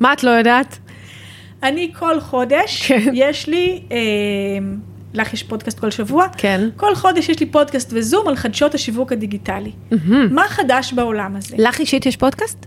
מה את לא יודעת?
אני כל חודש,
כן.
יש לי, אה, לך יש פודקאסט כל שבוע,
כן.
כל חודש יש לי פודקאסט וזום על חדשות השיווק הדיגיטלי. מה חדש בעולם הזה?
לך אישית יש פודקאסט?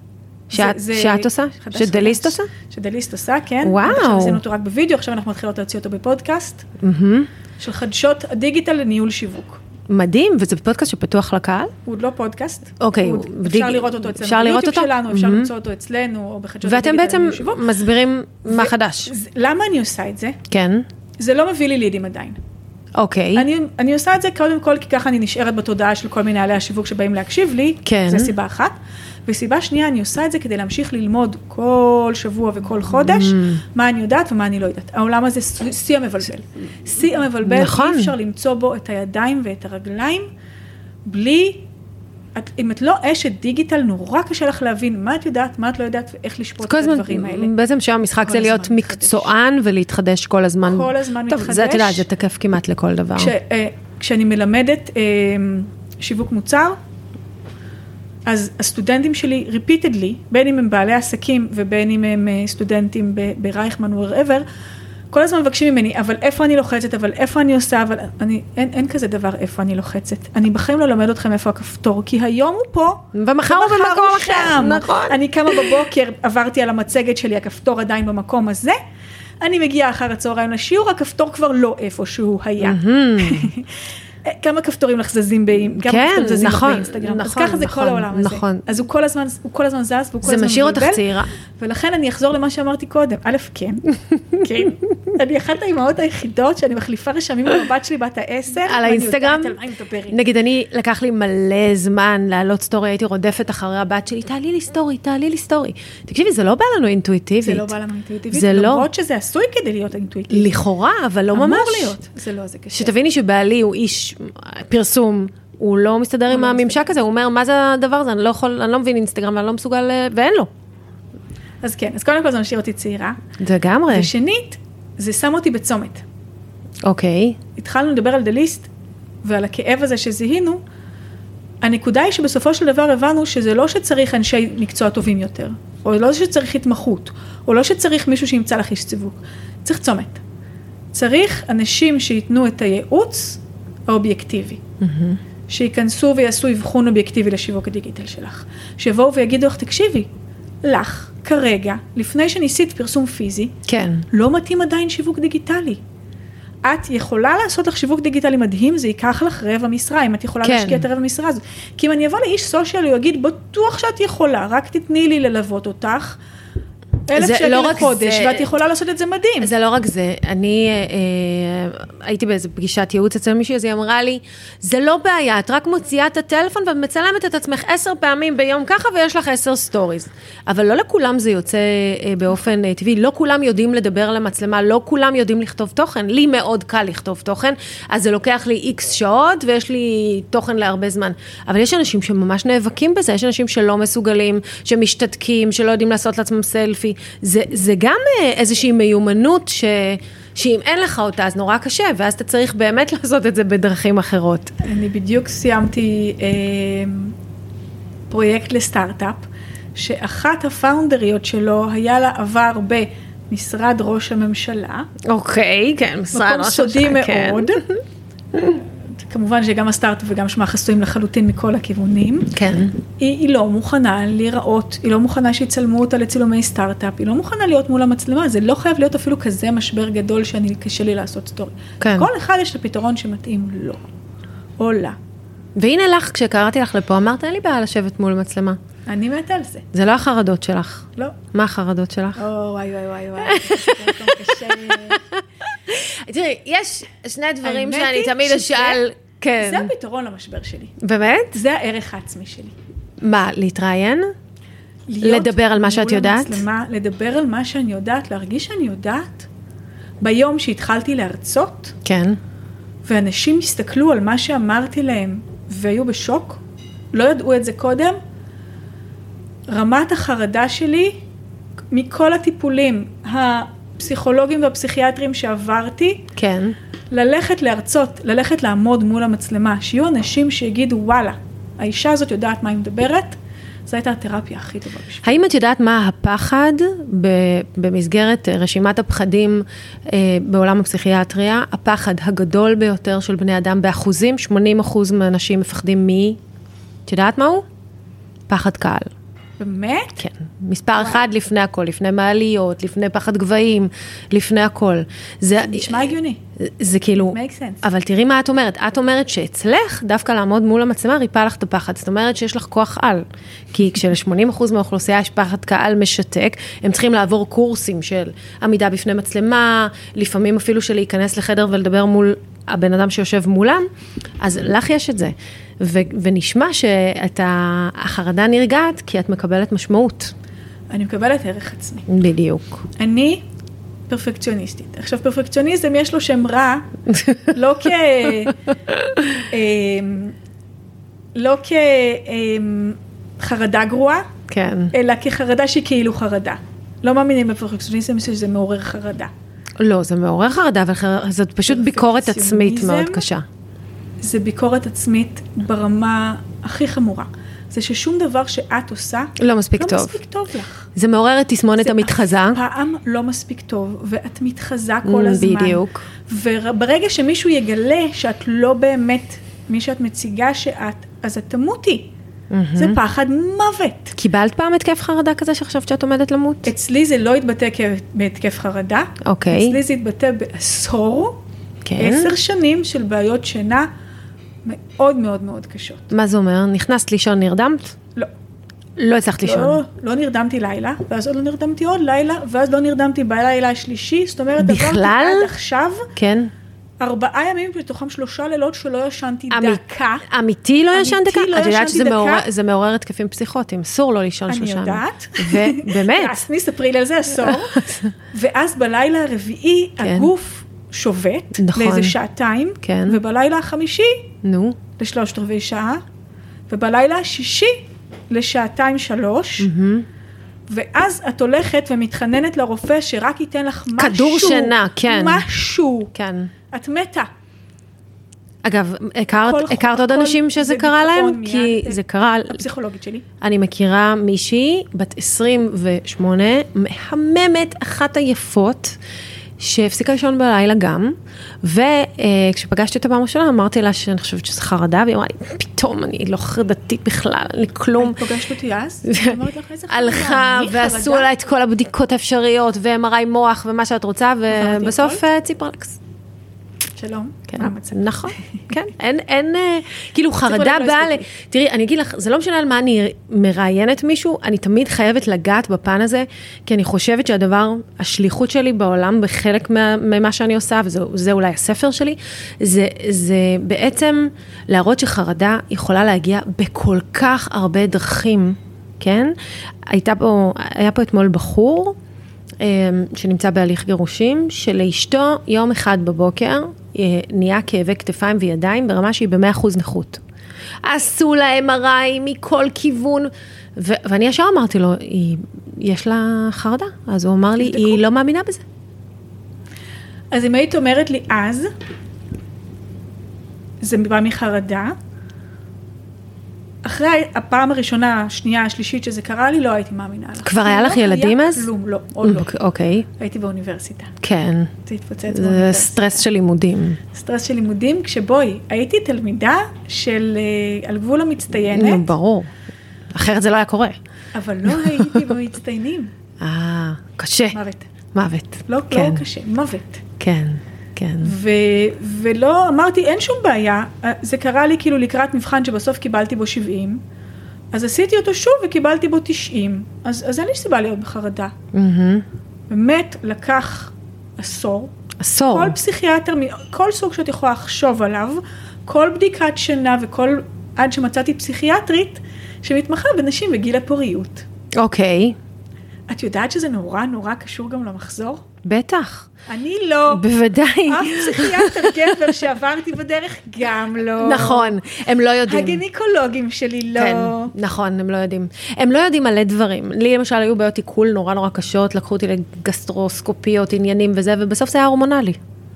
שאת,
זה- זה
שאת עושה?
חדש
שדליסט
חדש.
עושה?
שדליסט עושה, כן.
וואו.
עד עכשיו עשינו אותו רק בווידאו, עכשיו אנחנו מתחילות להוציא אותו בפודקאסט,
מהמם.
של חדשות הדיגיטל לניהול שיווק.
מדהים, וזה פודקאסט שפתוח לקהל?
הוא עוד לא פודקאסט.
אוקיי,
הוא עוד-
הוא
אפשר
בדיג-
לראות אותו אצלנו.
אפשר לראות
ביוטיוב
אותו?
שלנו, אפשר
מהמם.
למצוא אותו אצלנו, או בחדשות
ואתם
הדיגיטל
בעצם
לניהול שיווק.
מסבירים מה חדש.
זה- למה אני עושה את זה?
כן,
זה לא מביא לי לידים עדיין.
אוקיי.
אני, אני עושה את זה קודם כל כי ככה אני נשארת בתודעה של כל מנהלי השיווק שבאים להקשיב לי,
כן.
זו סיבה אחת. וסיבה שנייה, אני עושה את זה כדי להמשיך ללמוד כל שבוע וכל חודש
Mm.
מה אני יודעת ומה אני לא יודעת. העולם הזה ש- שיא המבלבל. שיא המבלבל,
נכון.
אי אפשר למצוא בו את הידיים ואת הרגליים בלי... את, אם את לא אשת דיגיטל, נורא קשה לך להבין מה את יודעת, מה את לא יודעת ואיך
אז
לשפוט
כל
את
הזמן,
הדברים האלה.
בעצם שם המשחק
כל
זה להיות
הזמן מתחדש.
מקצוען ולהתחדש כל הזמן.
כל הזמן
טוב, זה את
מתחדש.
יודעת, זה תקף כמעט לכל דבר.
כש, אה, כשאני מלמדת אה, שיווק מוצר, אז הסטודנטים שלי, repeatedly, בין אם הם בעלי עסקים ובין אם הם אה, סטודנטים ב- ברייכמן wherever, כל הזמן מבקשים ממני, אבל איפה אני לוחצת, אבל איפה אני עושה, אבל אני, אין, אין כזה דבר איפה אני לוחצת. אני בחיים לא אלמד אתכם איפה הכפתור, כי היום הוא פה.
ומחר הוא
ומחר
במקום
הוא
אחר,
שם.
נכון.
אני קמה בבוקר, עברתי על המצגת שלי, הכפתור עדיין במקום הזה. אני מגיעה אחר הצהריים לשיעור, הכפתור כבר לא איפה שהוא היה. <laughs> כמה כפתורים לך זזים באינ- כמה
כן,
כפתורים זזים לך
נכון,
באינסטגרם, אז
נכון,
ככה זה
נכון,
כל העולם הזה.
נכון.
אז הוא כל הזמן, הוא כל הזמן זז והוא כל
זה
הזמן
משאיר אותך צעירה.
ולכן אני אחזור למה שאמרתי קודם, א',
<laughs>
כן, כן, אני אחת האימהות היחידות שאני מחליפה רשמים עם הבת שלי בת העשר,
על האינסטגרם,
ואני יודעת על מה היא מדברת.
נגיד אני, לקח לי מלא זמן להעלות סטורי, הייתי רודפת אחרי הבת שלי, תעלי לי סטורי, תעלי לי סטורי. תקשיבי, זה לא בא לנו אינטואיטיבית.
זה לא בא לנו אינטואיטיבית,
זה לא-
למרות שזה עשוי כדי להיות אינטואיטיבי.
לכאורה, אבל לא ממש.
אמור להיות, זה לא, זה קשה.
שתביני שבעלי הוא איש פרסום, הוא לא מסתדר עם
לא
הממשק הזה, הוא אומר, מה זה הדבר הזה, אני לא יכול, אני לא מבין אינסטגרם, ואני לא מסוגל, אה, ואין לו.
אז כן, אז קודם כל זה משאיר אותי צעירה,
לגמרי.
ושנית, זה שם אותי בצומת.
אוקיי.
התחלנו לדבר על דה ליסט ועל הכאב הזה שזיהינו, הנקודה היא שבסופו של דבר הבנו שזה לא שצריך אנשי מקצוע טובים יותר, או לא שצריך התמחות, או לא שצריך מישהו שימצא לך איש סיווג. צריך צומת. צריך אנשים שייתנו את הייעוץ האובייקטיבי. שייכנסו ויעשו אבחון אובייקטיבי לשיווק הדיגיטל שלך. שיבואו ויגידו לך, תקשיבי, לך, כרגע, לפני שניסית פרסום פיזי,
כן.
לא מתאים עדיין שיווק דיגיטלי. את יכולה לעשות לך שיווק דיגיטלי מדהים, זה ייקח לך רבע משרה, אם את יכולה
כן.
כן. להשקיע את הרבע משרה הזאת. כי אם אני אבוא לאיש סושיאל, הוא יגיד, בטוח שאת יכולה, רק תתני לי ללוות אותך. אלף
זה
שקל
לא רק
לחודש,
זה-
ואת יכולה לעשות את זה מדהים.
זה לא רק זה, אני אה, אה, הייתי באיזה פגישת ייעוץ אצל מישהי, אז היא אמרה לי, זה לא בעיה, את רק מוציאה את הטלפון ואת מצלמת את עצמך עשר פעמים ביום ככה ויש לך עשר סטוריז. אבל לא לכולם זה יוצא אה, באופן אה, טבעי, לא כולם יודעים לדבר למצלמה, לא כולם יודעים לכתוב תוכן, לי מאוד קל לכתוב תוכן, אז זה לוקח לי איקס שעות ויש לי תוכן להרבה זמן. אבל יש אנשים שממש נאבקים בזה, יש אנשים שלא מסוגלים, שמשתתקים, שלא יודעים לעשות לעצמם סלפי. זה, זה גם אה, איזושהי מיומנות ש, שאם אין לך אותה אז נורא קשה, ואז אתה צריך באמת <laughs> לעשות את זה בדרכים אחרות.
אני בדיוק סיימתי אה, פרויקט לסטארט-אפ, שאחת הפאונדריות שלו היה לה עבר במשרד ראש הממשלה,
אוקיי, כן, משרד
מקום סודי
כן.
מאוד. כמובן שגם הסטארט-אפ וגם שמה חסויים לחלוטין מכל הכיוונים.
כן.
היא, היא לא מוכנה להיראות, היא לא מוכנה שיצלמו אותה לצילומי סטארט-אפ, היא לא מוכנה להיות מול המצלמה, זה לא חייב להיות אפילו כזה משבר גדול שאני, קשה לי לעשות סטורי.
כן.
כל אחד יש את הפתרון שמתאים לו, או לה.
והנה לך, כשקראתי לך לפה, אמרת, אין לי בעיה לשבת מול מצלמה.
אני מתה על זה,
זה לא החרדות שלך.
לא?
מה החרדות שלך?
או, וואי, וואי, וואי, <laughs> וואי, זה מקום קשה.
תראי, יש שני דברים
האמת
שאני
היא
תמיד
שזה-
אשאל.
זה
כן.
הפתרון למשבר שלי,
באמת?
זה הערך העצמי שלי.
מה, להתראיין?
להיות
לדבר על מה
מול
שאת יודעת?
המצלמה, לדבר על מה שאני יודעת, להרגיש שאני יודעת. ביום שהתחלתי להרצות,
כן.
ואנשים הסתכלו על מה שאמרתי להם והיו בשוק, לא ידעו את זה קודם, רמת החרדה שלי מכל הטיפולים הפסיכולוגיים והפסיכיאטריים שעברתי,
כן.
ללכת להרצות, ללכת לעמוד מול המצלמה, שיהיו אנשים שיגידו וואלה, האישה הזאת יודעת מה היא מדברת, זו הייתה התרפיה הכי טובה בשבילי.
האם את יודעת מה הפחד ב- במסגרת אה, רשימת הפחדים אה, בעולם הפסיכיאטריה? הפחד הגדול ביותר של בני אדם באחוזים, 80 אחוז מהאנשים מפחדים מ... את יודעת מהו? פחד קהל.
באמת?
כן, מספר אחד לפני הכל, לפני מעליות, לפני פחד גבהים, לפני הכל. זה
נשמע הגיוני,
זה כאילו,
make sense.
אבל תראי מה את אומרת, את אומרת שאצלך דווקא לעמוד מול המצלמה ריפא לך את הפחד, זאת אומרת שיש לך כוח על, כי כשל-80% מהאוכלוסייה יש פחד קהל משתק, הם צריכים לעבור קורסים של עמידה בפני מצלמה, לפעמים אפילו של להיכנס לחדר ולדבר מול הבן אדם שיושב מולם, אז לך יש את זה, ו- ונשמע שהחרדה נרגעת כי את מקבלת משמעות,
אני מקבלת ערך עצמי.
בדיוק.
אני פרפקציוניסטית. עכשיו, פרפקציוניזם יש לו שם רע, לא כ...
<laughs>
אמ, לא כחרדה גרועה,
<laughs> כן,
אלא כחרדה שהיא כאילו חרדה. לא מאמינים בפרפקציוניזם שזה מעורר חרדה.
לא, זה מעורר חרדה, אבל חר- זאת פשוט ביקורת עצמית מאוד
פרפקציוניזם?
קשה.
זה ביקורת עצמית ברמה הכי חמורה. זה ששום דבר שאת עושה,
לא מספיק
לא
טוב. אוקיי,
מספיק טוב לך.
זה מעורר את תסמונת
זה
המתחזה. Mm,
אף פעם לא מספיק טוב, ואת מתחזה כל הזמן.
בדיוק.
וברגע שמישהו יגלה שאת לא באמת מי שאת מציגה שאת, אז את תמותי. זה פחד מוות.
קיבלת פעם התקף חרדה כזה שחשבת שאת עומדת למות?
אצלי זה לא התבטא כ- בהתקף חרדה.
אוקיי.
אצלי זה התבטא בעשור,
כן.
עשר שנים של בעיות שינה מאוד מאוד מאוד קשות.
מה זה אומר? נכנסת לישון, נרדמת?
לא.
לא הצלחת
לא,
לישון.
לא נרדמתי לילה, ואז עוד לא נרדמתי עוד לילה, ואז לא נרדמתי בלילה השלישי, זאת אומרת,
בכלל?
עברתי עד עכשיו
כן?
ארבעה ימים, מתוכם שלושה לילות שלא ישנתי
אמי-
דקה.
אמיתי לא
אה? אמיתי
ישנת דקה?
לא
את יודעת
ישנתי
שזה
דקה.
מעורר- זה מעורר התקפים פסיכוטיים, אסור לא לישון
אני
שלושה ימים.
יודעת. <laughs>
ובאמת,
אז ספרי לי על זה
<laughs>
עשור. ואז בלילה הרביעי
כן.
הגוף שובת
נכון.
לאיזה שעתיים,
כן.
ובלילה החמישי
נו,
לשלושת רבעי שעה, ובלילה השישי לשעתיים שלוש.
Mm-hmm.
ואז את הולכת ומתחננת לרופא שרק ייתן לך משהו.
כדור שינה, כן.
משהו.
כן.
את מתה.
אגב, הכרת,
כל-
הכרת עוד
כל-
אנשים שזה
זה
קרה
דיכאון
להם?
מיד,
כי
זה-
זה קרה,
הפסיכולוגית שלי.
אני מכירה מישהי, בת 28, מהממת, אחת היפות, שהפסיקה לישון בלילה גם, וכשפגשתי אותה פעם ראשונה אמרתי לה שאני חושבת שזה חרדה, והיא אמרה לי, פתאום, אני לא חרדתית בכלל, אני כלום.
את פגשת אותי
<laughs>
אז, אני אומרת לך איזה חרדה,
לא. הלכה
אני
ועשו
חרדה?
לה את כל הבדיקות האפשריות, ו-MRI מוח ומה שאת רוצה,
בחרתי
ובסוף
נכון, הכל?
אה, ציפרלקס.
שלום,
כן,
מה המצב?
נכון, כן, אין, אין, אה, כאילו חרדה
ציפרלקס לא
באה ל...
הספיקו
תראי, אני אגיד לך, זה לא משנה על מה אני מראיינת מישהו, אני תמיד חייבת לגעת בפן הזה, כי אני חושבת שהדבר, השליחות שלי בעולם, בחלק מה, ממה שאני עושה, וזה זה אולי הספר שלי, זה, זה בעצם להראות שחרדה יכולה להגיע בכל כך הרבה דרכים, כן? הייתה פה, היה פה אתמול בחור, אמ, שנמצא בהליך גירושים, שלאשתו יום אחד בבוקר אה, נהיה כאבי כתפיים וידיים ברמה שהיא ב-100% נכות. עשו לה MRI מכל כיוון, ו- ואני ישר אמרתי לו, "היא- יש לה חרדה, אז הוא אמר לי,
תבדקו.
היא לא מאמינה בזה.
אז אם היית אומרת לי אז, זה בא מחרדה. אחרי הפעם הראשונה, השנייה, השלישית שזה קרה לי, לא הייתי מאמינה לך.
כבר היה
לא
לך ילדים
היה
אז?
כלום, לא, עוד לא.
אוק- אוקיי,
הייתי באוניברסיטה.
כן,
זה לא התפוצץ
זה
באוניברסיטה.
סטרס של לימודים.
סטרס של לימודים, כשבואי, הייתי תלמידה של אה, על גבול
נו,
המצטיינת,
ברור. אחרת זה לא היה קורה.
אבל לא הייתי במצטיינים.
אה, קשה,
מוות.
מוות.
לא לא
כן,
קשה, מוות.
כן, כן.
ו, ולא אמרתי, אין שום בעיה, זה קרה לי כאילו לקראת מבחן שבסוף קיבלתי בו 70, אז עשיתי אותו שוב וקיבלתי בו 90, אז, אז אין לי סיבה להיות בחרדה.
מהמם.
באמת לקח עשור,
עשור.
כל פסיכיאטר, כל סוג שאת יכולה לחשוב עליו, כל בדיקת שינה וכל, עד שמצאתי פסיכיאטרית שמתמחה בנשים בגיל הפוריות.
אוקיי,
את יודעת שזה נורא נורא קשור גם למחזור?
בטח.
אני לא.
בוודאי.
אף פסיכיאטר גבר שעברתי בדרך גם לא.
נכון, הם לא יודעים.
הגינקולוגים שלי לא.
כן, נכון, הם לא יודעים. הם לא יודעים מלא דברים. לי למשל היו בעיות עיכול נורא נורא קשות, לקחו אותי לגסטרוסקופיות, עניינים וזה, ובסוף זה היה הורמונלי.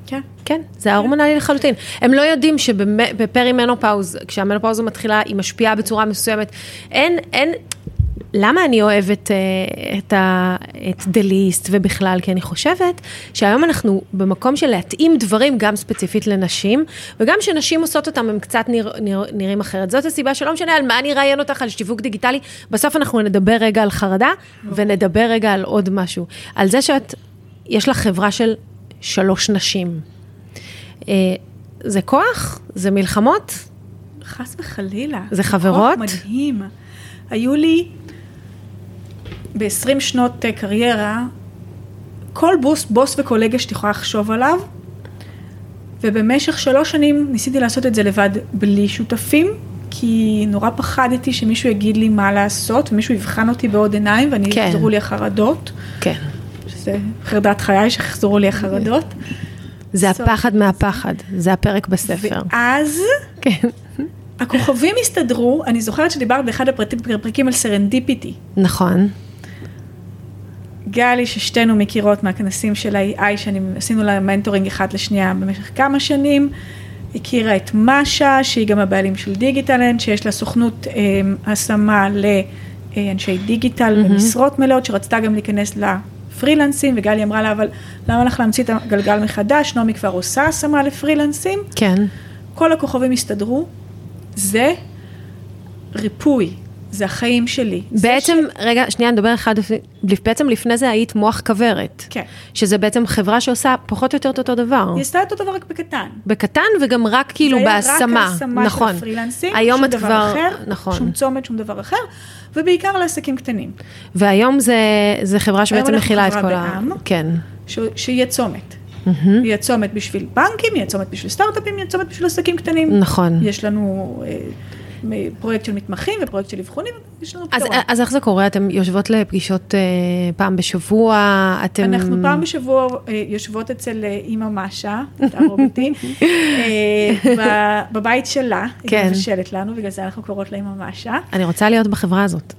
כן.
כן, זה היה הורמונלי לחלוטין. הם לא יודעים שבפרימנופאוז, כשהמנופאוזה מתחילה, היא משפיעה בצורה מסוימת. אין, אין... למה אני אוהבת אה, את, ה, את דה ליסט ובכלל? כי אני חושבת שהיום אנחנו במקום של להתאים דברים גם ספציפית לנשים, וגם שנשים עושות אותם הם קצת נרא, נרא, נראים אחרת. זאת הסיבה שלא משנה על מה אני אראיין אותך, על שיווק דיגיטלי, בסוף אנחנו נדבר רגע על חרדה, ונדבר רגע על עוד משהו. על זה שאת, יש לך חברה של שלוש נשים. אה, זה כוח, זה מלחמות,
חס וחלילה.
זה חברות?
כוח מדהים. היו לי ב-20 שנות אה, קריירה, כל בוס, בוס וקולגה שאת יכולה לחשוב עליו, ובמשך שלוש שנים ניסיתי לעשות את זה לבד בלי שותפים, כי נורא פחדתי שמישהו יגיד לי מה לעשות, ומישהו יבחן אותי בעוד עיניים, ואני
כן.
יחזרו לי החרדות,
כן.
שזה חרדת חיי שיחזרו לי החרדות.
זה
סוף.
הפחד מהפחד, זה הפרק בספר.
ואז
כן.
הכוכבים הסתדרו, אני זוכרת שדיברת באחד הפרטים- הפרקים על סרנדיפיטי.
נכון.
גלי, ששתינו מכירות מהכנסים של ה-AI, שעשינו לה מנטורינג אחת לשנייה במשך כמה שנים, הכירה את משה, שהיא גם הבעלים של דיגיטלנד, שיש לה סוכנות אה, השמה לאנשי דיגיטל במשרות מלאות, שרצתה גם להיכנס לפרילנסים, וגלי אמרה לה, אבל למה לך להמציא את הגלגל מחדש? נעמי כבר עושה השמה לפרילנסים.
כן.
כל הכוכבים הסתדרו, זה ריפוי, זה החיים שלי. זה
בעצם, רגע, שנייה, נדבר אחד, לפ- בעצם לפני זה היית מוח כוורת.
כן.
שזה בעצם חברה שעושה פחות או יותר את אותו דבר.
היא עשתה את אותו דבר רק בקטן.
בקטן וגם רק כאילו
זה היה רק
בהשמה.
השמה
נכון.
של הפרילנסים,
היום
שום
את
דבר
כבר...
אחר,
נכון.
שום צומת, שום דבר אחר, ובעיקר לעסקים קטנים,
והיום זה, זה חברה שבעצם
אנחנו
מכילה את
חברה
כל ה...
בע"מ.
כן.
ש... שיהיה צומת. יהיה צומת בשביל בנקים, יהיה צומת בשביל סטארט-אפים, יהיה צומת בשביל עסקים קטנים.
נכון.
יש לנו אה, מ- פרויקט של מתמחים ופרויקט של אבחונים, יש לנו
אז,
פתרון.
אז איך זה קורה? אתן יושבות לפגישות אה, פעם בשבוע? אתן...
אנחנו פעם בשבוע אה, יושבות אצל אה, אימא משה, תערובתי, בבית שלה, היא
כן.
מבשלת לנו, בגלל זה אנחנו קוראות לה אימא משה.
אני רוצה להיות בחברה
<laughs>
הזאת.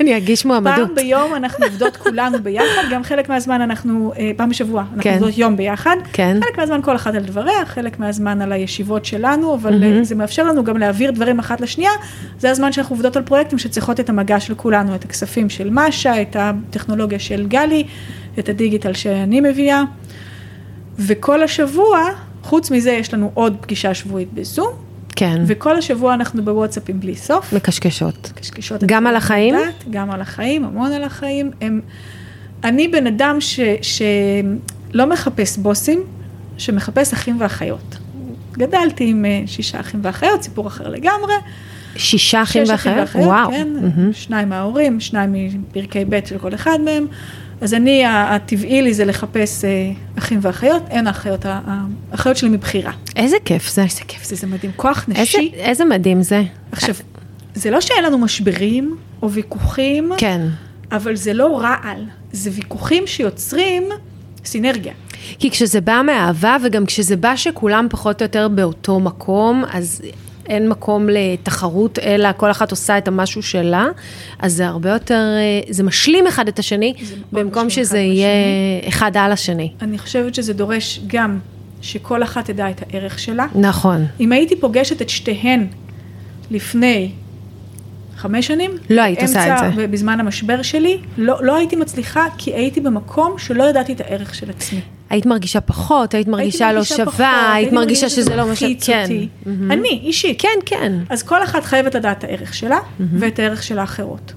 אני אגיש מועמדות.
פעם ביום אנחנו עובדות כולנו ביחד, גם חלק מהזמן אנחנו, אה, פעם בשבוע, אנחנו
כן.
עובדות יום ביחד.
כן.
חלק מהזמן כל אחת על דבריה, חלק מהזמן על הישיבות שלנו, אבל אה, זה מאפשר לנו גם להעביר דברים אחת לשנייה. זה הזמן שאנחנו עובדות על פרויקטים שצריכות את המגע של כולנו, את הכספים של משה, את הטכנולוגיה של גלי, את הדיגיטל שאני מביאה. וכל השבוע, חוץ מזה, יש לנו עוד פגישה שבועית בזום,
כן,
וכל השבוע אנחנו בוואטסאפים בלי סוף.
מקשקשות.
קשקשות.
גם על החיים?
יודעת, גם על החיים, המון על החיים. הם, אני בן אדם ש, שלא מחפש בוסים, שמחפש אחים ואחיות. גדלתי עם אה, שישה אחים ואחיות, סיפור אחר לגמרי.
שישה אחים
שש
ואחיות? וואו.
כן,
מהמם.
שניים מההורים, שניים מפרקי ב' של כל אחד מהם. אז אני, ה- הטבעי לי זה לחפש אה, אחים ואחיות, אין האחיות, ה- ה- האחיות שלי מבחירה.
איזה כיף זה, איזה כיף.
זה, זה מדהים, כוח
איזה,
נשי.
איזה מדהים זה.
עכשיו, זה לא שאין לנו משברים או ויכוחים.
כן.
אבל זה לא רעל, זה ויכוחים שיוצרים סינרגיה.
כי כשזה בא מאהבה, וגם כשזה בא שכולם פחות או יותר באותו מקום, אז אין מקום לתחרות, אלא כל אחת עושה את המשהו שלה, אז זה הרבה יותר, אה, זה משלים אחד את השני,
זה מאוד
במקום
משלים
שזה
אחד
יהיה אחד על השני.
אני חושבת שזה דורש גם שכל אחת תדע את הערך שלה.
נכון.
אם הייתי פוגשת את שתיהן לפני חמש שנים,
לא היית עושה את
באמצע-
זה.
בזמן המשבר שלי, לא, לא הייתי מצליחה, כי הייתי במקום שלא ידעתי את הערך של עצמי.
היית מרגישה פחות, היית מרגישה,
הייתי
לא
פחות,
שווה, היית
הייתי
מרגישה שזה לא מה ש...
מלחיץ
כן.
אותי. אני, אישית.
כן, כן.
אז כל אחת חייבת לדעת את הערך שלה ואת הערך של האחרות.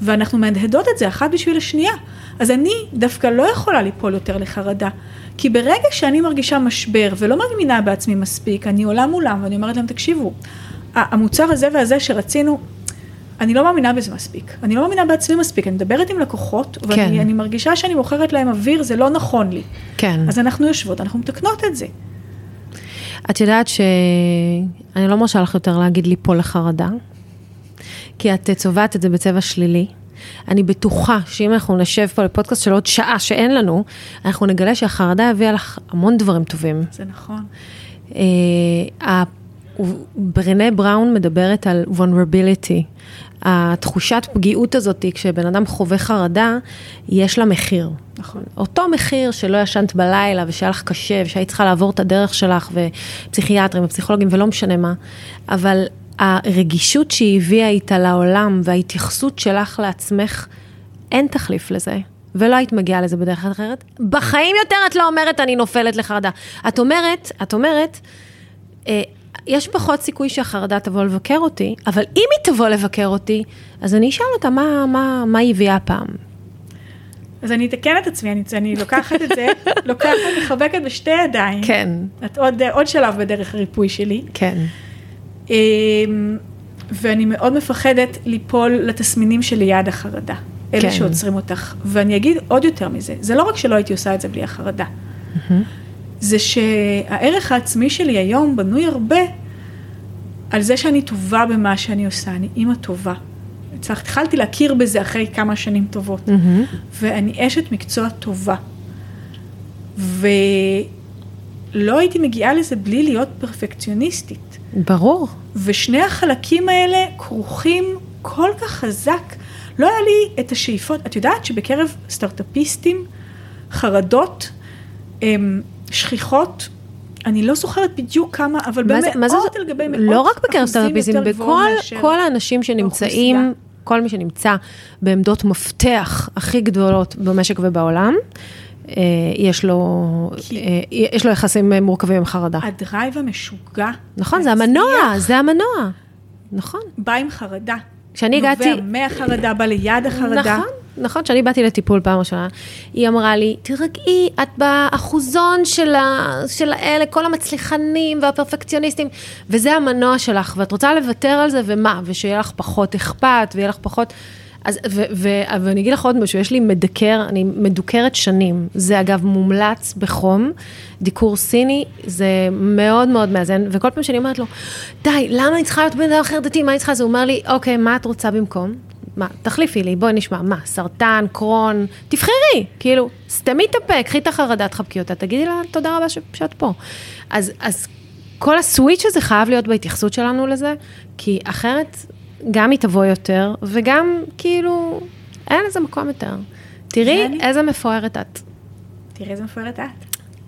ואנחנו מהדהדות את זה אחת בשביל השנייה. אז אני דווקא לא יכולה ליפול יותר לחרדה. כי ברגע שאני מרגישה משבר ולא מאמינה בעצמי מספיק, אני עולה מולם ואני אומרת להם, תקשיבו, ה- המוצר הזה והזה שרצינו, אני לא מאמינה בזה מספיק. אני לא מאמינה בעצמי מספיק. אני מדברת עם לקוחות,
כן.
ואני אני מרגישה שאני מוכרת להם אוויר, זה לא נכון לי.
כן.
אז אנחנו יושבות, אנחנו מתקנות את זה.
את יודעת שאני לא מרשה לך יותר להגיד ליפול לחרדה, כי את אה, צובעת את זה בצבע שלילי. אני בטוחה שאם אנחנו נשב פה לפודקאסט של עוד שעה שאין לנו, אנחנו נגלה שהחרדה הביאה לך המון דברים טובים.
זה נכון.
אה, ה- ו- ברנה בראון מדברת על vulnerability. התחושת פגיעות הזאת, כשבן אדם חווה חרדה, יש לה מחיר.
נכון.
אותו מחיר שלא ישנת בלילה ושהיה לך קשה ושהיית צריכה לעבור את הדרך שלך ופסיכיאטרים ופסיכולוגים ולא משנה מה, אבל הרגישות שהיא הביאה איתה לעולם וההתייחסות שלך לעצמך, אין תחליף לזה. ולא היית מגיעה לזה בדרך אחרת. בחיים יותר את לא אומרת אני נופלת לחרדה. את אומרת, את אומרת, אה, יש פחות סיכוי שהחרדה תבוא לבקר אותי, אבל אם היא תבוא לבקר אותי, אז אני אשאל אותה מה, מה, מה היא הביאה פעם.
אז אני אתקן את עצמי, אני, אני לוקחת
<laughs>
את זה, לוקחת, מחבקת בשתי ידיים.
כן,
את עוד, עוד שלב בדרך הריפוי שלי.
כן.
אמ, ואני מאוד מפחדת ליפול לתסמינים שליד החרדה. אלה
כן.
שעוצרים אותך. ואני אגיד עוד יותר מזה, זה לא רק שלא הייתי עושה את זה בלי החרדה.
Mm-hmm.
זה שהערך העצמי שלי היום בנוי הרבה על זה שאני טובה במה שאני עושה, אני אימא טובה. הצלחת- התחלתי להכיר בזה אחרי כמה שנים טובות. ואני אשת מקצוע טובה. ולא הייתי מגיעה לזה בלי להיות פרפקציוניסטית.
ברור.
ושני החלקים האלה כרוכים כל כך חזק. לא היה לי את השאיפות, את יודעת שבקרב סטארט-אפיסטים, חרדות, אמ, שכיחות, אני לא זוכרת בדיוק כמה, אבל
מה זה- מה זה-
במאות על גבי מאות
לא רק בקרב
אחוזים
סטארט-אפיסטים,
יותר
בכל
גבוה מאשר-
כל האנשים שנמצאים, כל מי שנמצא בעמדות מפתח הכי גדולות במשק ובעולם, אה, יש לו,
כי-
אה, יש לו יחסים אה, מורכבים עם חרדה.
הדרייב המשוגע.
נכון, זה
להצליח,
המנוע, זה המנוע. נכון.
בא עם חרדה.
כשאני הגעתי...
נובע מהחרדה, בא ליד החרדה.
נכון, נכון, כשאני באתי לטיפול פעם ראשונה, היא אמרה לי, תירגעי, את באחוזון של, ה... של האלה, כל המצליחנים והפרפקציוניסטים, וזה המנוע שלך, ואת רוצה לוותר על זה, ומה, ושיהיה לך פחות אכפת, ויהיה לך פחות... אז, ו, ו, ואני אגיד לך עוד משהו, יש לי מדקר, אני מדוכרת שנים. זה אגב מומלץ בחום, דיקור סיני, זה מאוד מאוד מאזן, וכל פעם שאני אומרת לו, די, למה אני צריכה להיות בן אדם אחר דתי, מה אני צריכה? אז הוא אומר לי, אוקיי, מה את רוצה במקום? מה, תחליפי לי, בואי נשמע, מה, סרטן, קרון, תבחרי, כאילו, סתמי את הפה, קחי את החרדה, תחבקי אותה, תגידי לה תודה רבה ש- שאת פה. אז, אז כל הסוויץ' הזה חייב להיות בהתייחסות שלנו לזה, כי אחרת גם היא תבוא יותר, וגם כאילו, אין לזה מקום יותר. תראי
יאללה.
איזה מפוארת את.
תראה איזה מפוארת את.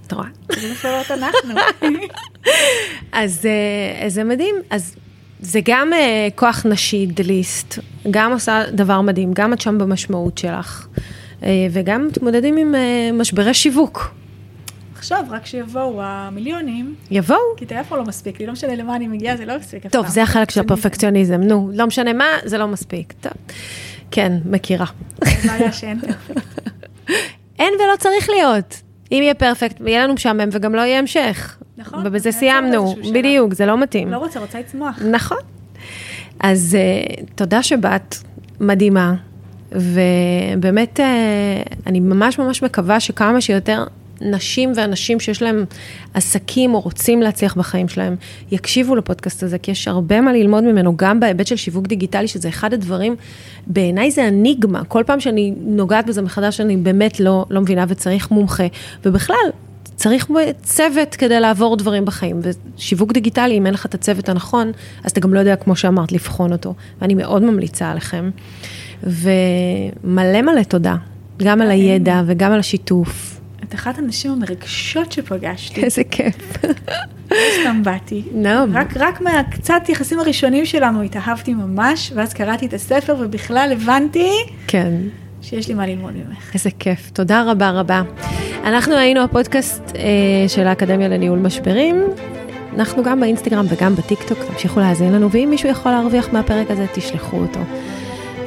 את רואה?
תראי איזה מפוארת
<laughs>
אנחנו.
אז אה, זה מדהים. אז זה גם אה, כוח נשי, דליסט, גם עושה דבר מדהים, גם את שם במשמעות שלך, אה, וגם מתמודדים עם אה, משברי שיווק.
עכשיו, רק שיבואו המיליונים,
יבואו.
כי טלפון לא מספיק לי, לא משנה למה אני מגיעה, זה לא מספיק אף פעם.
טוב, זה החלק של הפרפקציוניזם, נו, לא משנה מה, זה לא מספיק. טוב. כן, מכירה.
זה בעיה
<laughs>
שאין פרפקט.
אין ולא צריך להיות. אם יהיה פרפקט, יהיה לנו משעמם וגם לא יהיה המשך.
נכון,
ובזה
זה יעצור
סיימנו,
באיזשהו שלב.
בדיוק, זה לא מתאים.
לא רוצה, רוצה לצמוח.
נכון. אז אה, תודה שבאת, מדהימה, ובאמת אה, אני ממש ממש מקווה שכמה שיותר נשים ואנשים שיש להם עסקים או רוצים להצליח בחיים שלהם, יקשיבו לפודקאסט הזה, כי יש הרבה מה ללמוד ממנו, גם בהיבט של שיווק דיגיטלי, שזה אחד הדברים, בעיניי זה אניגמה, כל פעם שאני נוגעת בזה מחדש, אני באמת לא, לא מבינה וצריך מומחה, ובכלל, צריך צוות כדי לעבור דברים בחיים, ושיווק דיגיטלי, אם אין לך את הצוות הנכון, אז אתה גם לא יודע, כמו שאמרת, לבחון אותו. ואני מאוד ממליצה עליכם, ומלא מלא תודה, גם על הידע וגם על השיתוף.
את אחת הנשים
<laughs>
המרגשות שפגשתי. לא
איזה כיף.
סתם באתי.
נעם.
רק, רק מהקצת יחסים הראשונים שלנו התאהבתי ממש, ואז קראתי את הספר ובכלל הבנתי
כן,
שיש לי מה ללמוד ממך.
איזה כיף. תודה רבה רבה. אנחנו היינו הפודקאסט אה, של האקדמיה לניהול משברים. אנחנו גם באינסטגרם וגם בטיקטוק, תמשיכו להאזין לנו, ואם מישהו יכול להרוויח מהפרק הזה, תשלחו אותו.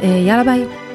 אה, יאללה ביי.